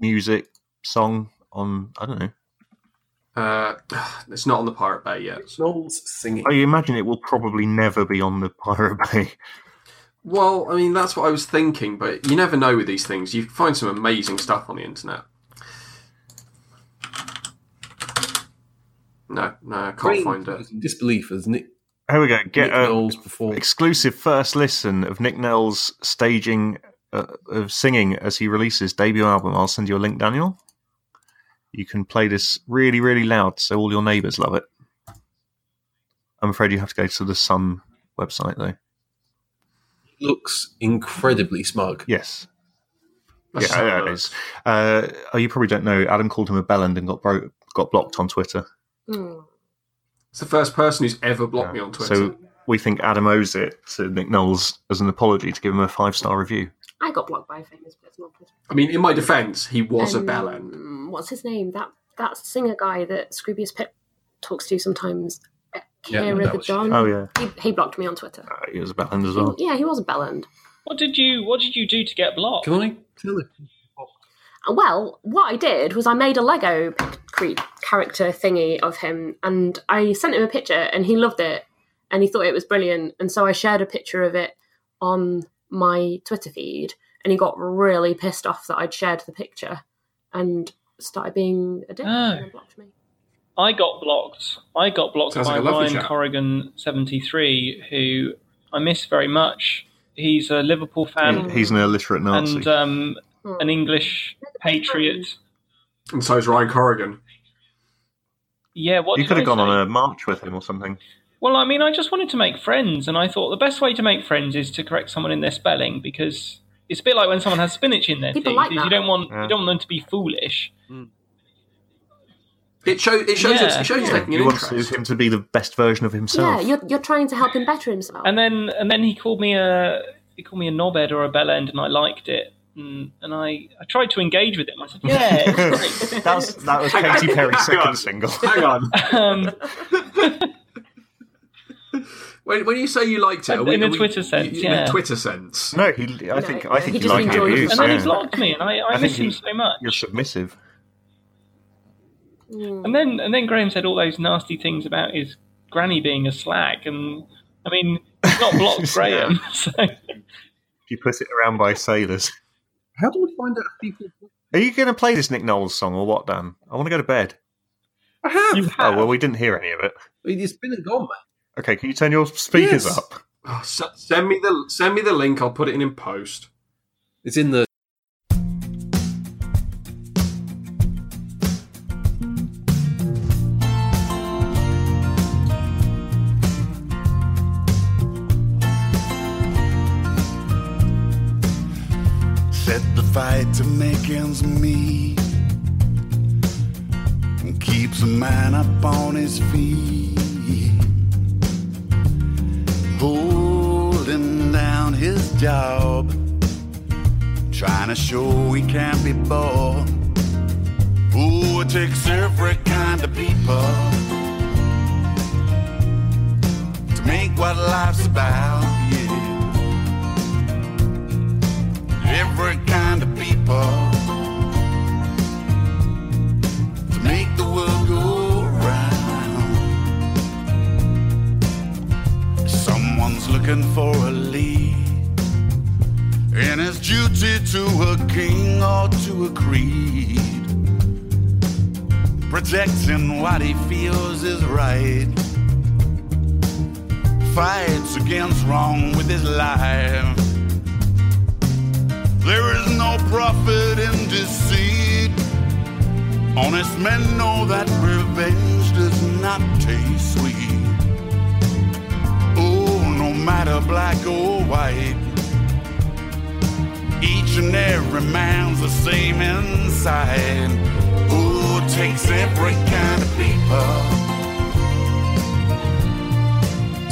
S4: music song on. I don't know.
S1: Uh, it's not on the Pirate Bay yet.
S2: Knowles singing.
S4: I imagine it will probably never be on the Pirate Bay.
S1: Well, I mean that's what I was thinking, but you never know with these things. You find some amazing stuff on the internet. No, no, I can't
S2: Green
S1: find it.
S2: Disbelief as Nick,
S4: Here we go. Get um, uh,
S2: Nick
S4: a-
S2: Knowles before.
S4: exclusive first listen of Nick Nell's staging uh, of singing as he releases debut album. I'll send you a link, Daniel. You can play this really, really loud so all your neighbours love it. I'm afraid you have to go to the Sun website though.
S2: looks incredibly smug.
S4: Yes,
S1: Let's
S4: yeah,
S1: have a
S4: yeah, it
S1: look.
S4: is. Uh,
S5: Hmm.
S4: oh, you probably don't know. Adam called him a bellend and got bro- got blocked on Twitter.
S1: It's the first person who's ever blocked me on Twitter.
S4: So we think Adam owes it to Nick Knowles as an apology to give him a five star review.
S5: I got blocked by a famous person on Twitter.
S1: I mean, in my defence, he was
S5: Um,
S1: a bellend.
S5: What's his name? That that singer guy that Scroobius Pip talks to sometimes. uh,
S2: Yeah,
S5: Kira
S2: that
S5: the
S2: was-
S5: John.
S4: Oh yeah,
S5: He, he blocked me on Twitter.
S4: uh, he was a bellend as well.
S5: Yeah, he was a bellend.
S3: What did you What did you do to get blocked?
S2: Can I tell it?
S5: Uh, Well, what I did was I made a Lego creep character thingy of him, and I sent him a picture, and he loved it, and he thought it was brilliant, and so I shared a picture of it on my Twitter feed, and he got really pissed off that I'd shared the picture, and started being a dick
S3: Oh.
S5: and blocked me.
S3: I got blocked. I got blocked
S1: Sounds
S3: by
S1: like a lovely
S3: Ryan
S1: chap.
S3: Corrigan seventy three, who I miss very much. He's a Liverpool fan
S4: He- He's an illiterate Nazi.
S3: and um,
S5: Hmm.
S3: an English patriot.
S1: And so is Ryan Corrigan.
S3: Yeah, what
S4: you
S3: did
S4: could
S3: I
S4: have gone
S3: say?
S4: on a march with him or something.
S3: Well, I mean, I just wanted to make friends, and I thought the best way to make friends is to correct someone in their spelling because it's a bit like when someone has spinach in their
S5: People
S3: teeth.
S5: like
S3: is you
S5: that.
S3: don't want
S4: Yeah.
S3: you don't want them to be foolish.
S1: It, show, it shows
S3: Yeah.
S1: it shows he's taking
S4: You
S1: an
S4: want to-
S1: interest.
S4: him to be the best version of
S5: Yeah,
S4: himself.
S5: you're, you're trying to help him better himself.
S3: And then and then he called me a he called me a knobhead or a bellend, and I liked it. And, and I, I tried to engage with him. I said, "Yeah, it's great."
S4: that was that was Katy Perry's second single.
S1: Hang on.
S3: um,
S1: When, when you say you liked it,
S3: In
S1: are we-
S3: a
S1: are we-
S3: Twitter sense,
S1: you- in a
S3: yeah.
S1: Twitter sense.
S4: No, he. I
S5: No,
S4: think
S5: no,
S4: I think he,
S5: he just
S4: liked the
S5: enjoyed
S4: abuse.
S3: and then he
S4: yeah.
S3: blocked me, and I, I,
S4: I
S3: miss
S4: think
S3: him
S4: he-
S3: so much.
S4: You're submissive.
S5: Mm.
S3: And then and then Graham said all those nasty things about his granny being a slag, and I mean, he's not blocked Graham. So.
S4: You put it around by sailors.
S2: How do we find out if people?
S4: Are you going to play this Nick Knowles song or what, Dan? I want to go to bed.
S2: I have.
S4: Oh well, we didn't hear any of it.
S2: It's been and gone,
S4: Okay, can you turn your speakers
S2: Yes.
S4: up?
S1: Oh, s- send me the send me the link. I'll put it in in post.
S2: It's in the.
S7: set the fight to make ends meet and keeps a man up on his feet holding down his job trying to show we can't be bored Ooh, it takes every kind of people to make what life's about yeah every kind of people to make the world go round. Someone's looking for a lead, and it's duty to a king or to a creed. Protecting what he feels is right. Fights against wrong with his life. There is no profit in deceit. Honest men know that revenge does not taste sweet. Oh, no matter black or white, each and every man's the same inside. Oh, it takes every kind of people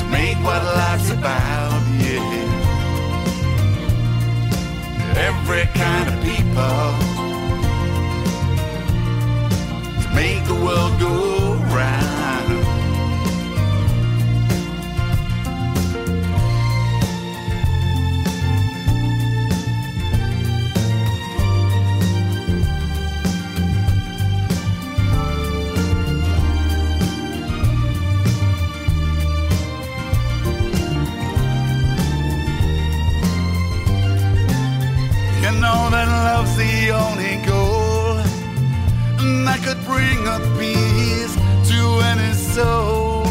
S7: to make what life's about, yeah every kind of people to make the world go round. You know that love's the only goal and that could bring a peace to any soul.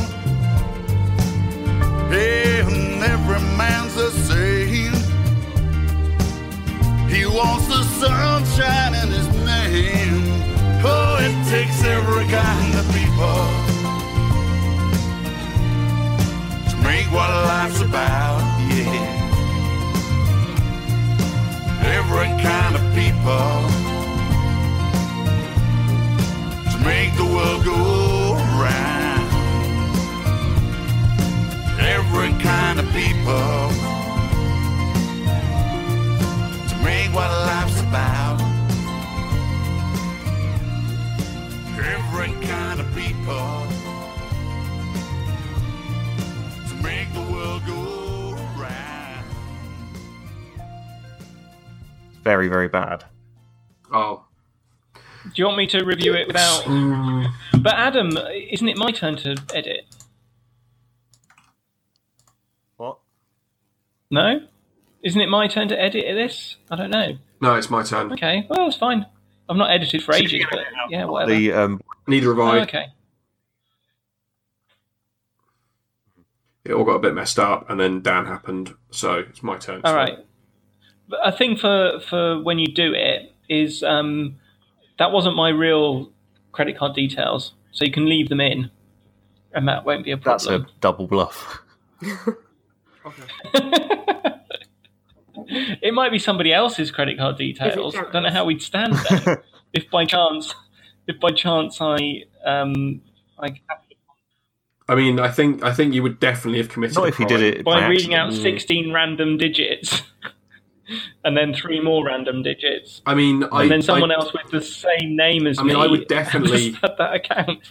S7: Hey, and every man's the same. He wants the sunshine in his name. Oh, it takes every kind of people to make what life's about. Yeah every kind of people to make the world go round. people to make what life's about. Every kind of people to make the world go round.
S4: Very, very bad.
S1: Oh,
S3: Do you want me to review it without? But Adam, isn't it my turn to edit?
S4: What?
S3: No, isn't it my turn to edit this? I don't know.
S1: no, it's my turn.
S3: Okay, well it's fine. I've not edited for ages, but yeah, whatever.
S4: The um,
S1: Neither have
S3: Oh,
S1: I.
S3: okay.
S1: It all got a bit messed up, and then Dan happened, so it's my turn.
S3: All right. But A thing for for when you do it is um, that wasn't my real credit card details, so you can leave them in, and that won't be a
S4: that's
S3: problem.
S4: a double bluff.
S3: It might be somebody else's credit card details. I don't know how we'd stand then. if by chance, if by chance I um I
S1: I mean, I think I think you would definitely have committed.
S4: Not
S1: a
S4: if he did
S1: crime.
S4: it
S3: by
S4: by
S3: reading out
S4: accident.
S3: sixteen random digits, and then three more random digits,
S1: I mean, I,
S3: and then someone
S1: I-
S3: else with the same name as
S1: I mean,
S3: me
S1: I would definitely-
S3: had that account.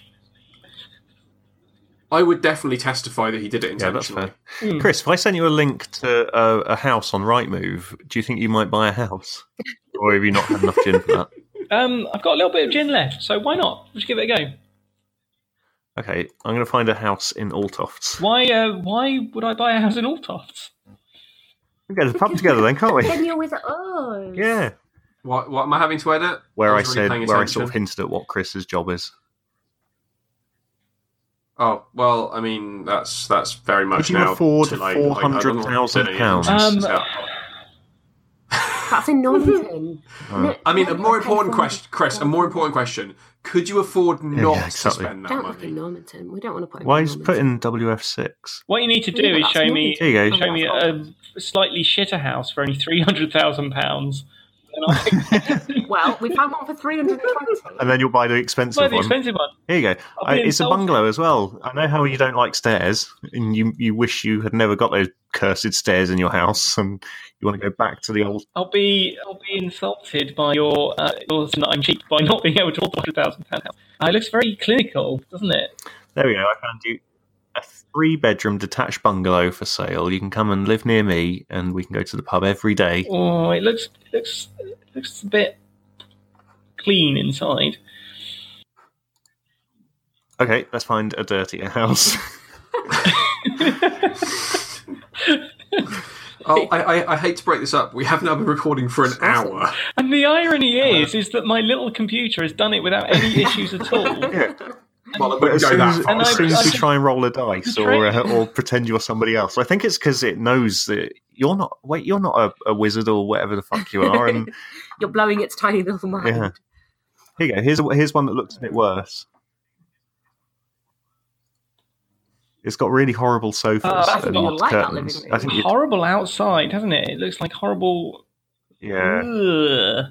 S1: I would definitely testify that he did it
S4: Yeah, that's
S1: intentionally.
S4: fair. Chris, if I sent you a link to uh, a, a house on Rightmove, do you think you might buy a house? Or have you not had enough gin for that?
S3: Um, I've got a little bit of gin left, so why not? Let's give it a go.
S4: Okay, I'm going to find a house in Altofts.
S3: Why? Uh, why would I buy a house in Altofts?
S4: We can go to the pub together then, can't we?
S5: Then you're with oh. us.
S4: Yeah.
S1: What, what am I having to edit?
S4: Where I,
S1: was really
S4: said,
S1: paying
S4: where I sort of
S1: attention.
S4: hinted at what Chris's job is.
S1: Oh well, I mean that's that's very much
S4: you
S1: now.
S4: afford
S1: to, like,
S4: £400,000?
S1: like, I don't know what
S3: Um,
S1: this is out.
S5: That's a non-thing. No,
S1: I mean, a
S5: don't
S1: more
S5: pay
S1: important
S5: for
S1: question,
S5: it.
S1: Chris. A more important question: Could you afford not
S4: exactly.
S1: to spend that
S5: Don't look in
S1: money?
S5: Normanton. We don't want to put.
S4: Why
S5: in
S4: is put in WF6?
S3: What you need to do
S5: Yeah,
S3: is
S5: that's
S3: show
S5: nice.
S3: me
S4: There you go.
S3: show me a slightly shitter house for only three hundred thousand pounds. And I'll
S5: Well, we found one for three hundred and twenty.
S4: And then you'll buy the expensive
S3: buy the
S4: one.
S3: expensive one.
S4: Here you go.
S3: I'll
S4: I,
S3: be
S4: it's a
S3: insulted.
S4: bungalow as well. I know how you don't like stairs, and you you wish you had never got those cursed stairs in your house, and you want to go back to the old.
S3: I'll be I'll be insulted by your uh, your saying that I'm cheap by not being able to afford a hundred thousand pound house. Uh, it looks very clinical, doesn't it?
S4: There we go. I found you a three bedroom detached bungalow for sale. You can come and live near me, and we can go to the pub every day.
S3: Oh, it looks it looks it looks a bit clean inside.
S4: Okay, let's find a dirtier house.
S1: Oh, I, I, I hate to break this up. We have now been recording for an hour.
S3: And the irony is, is that my little computer has done it without any issues at all.
S1: Well, it
S4: But
S1: wouldn't
S4: as
S1: go
S4: soon as,
S1: that far.
S3: And
S4: as, soon
S3: I-
S4: as
S3: I
S4: you
S3: think-
S4: try and roll a dice or uh, or pretend you're somebody else, I think it's because it knows that you're not. Wait, you're not a, a wizard or whatever the fuck you are, and
S5: You're blowing its tiny little mind.
S4: Yeah. Here you go. Here's a, here's one that looks a bit worse. It's got really horrible sofas
S3: Oh, that's
S4: and
S5: not like that living
S4: curtains.
S5: room.
S4: I think you
S3: horrible outside, hasn't it? It looks like horrible.
S4: yeah.
S3: Ugh.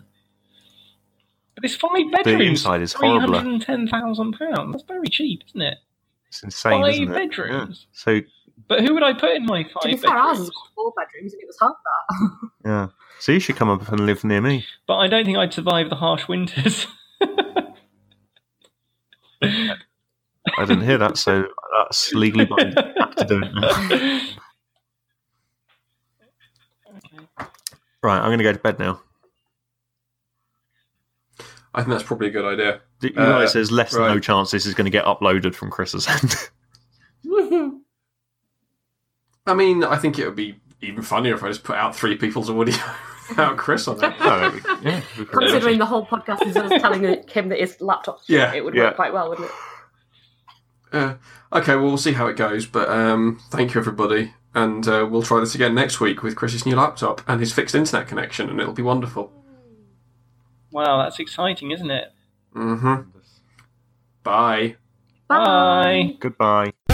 S3: But it's five bedrooms.
S4: inside is horrible.
S3: Three hundred and ten thousand pounds. That's very cheap, isn't it?
S4: It's insane,
S3: five
S4: isn't it?
S3: bedrooms.
S4: Yeah. So
S3: But who would I put in my five
S5: To be
S3: bedrooms?
S5: fair, ours has got four bedrooms, and it was half that.
S4: yeah. So you should come up and live near me.
S3: But I don't think I'd survive the harsh winters.
S4: I didn't hear that, so that's legally binding. I have to do it now. Right, I'm going to go to bed now.
S1: I think that's probably a good idea.
S4: Do You
S1: Uh,
S4: realise there's less than no
S1: right.
S4: chance this is going to get uploaded from Chris's end.
S1: I mean, I think it would be even funnier if I just put out three people's audio without Chris on it.
S4: Oh, yeah, we could-
S5: Considering the whole podcast is us telling him that his laptop's shit,
S1: Yeah,
S5: it would
S4: yeah.
S5: work quite well, wouldn't it?
S1: Uh, okay, well, we'll see how it goes, but um, thank you, everybody. And uh, we'll try this again next week with Chris's new laptop and his fixed internet connection, and it'll be wonderful.
S3: wow, that's exciting, isn't it?
S1: Mm hmm. Mm-hmm. Bye.
S5: Bye.
S3: Bye.
S4: Goodbye.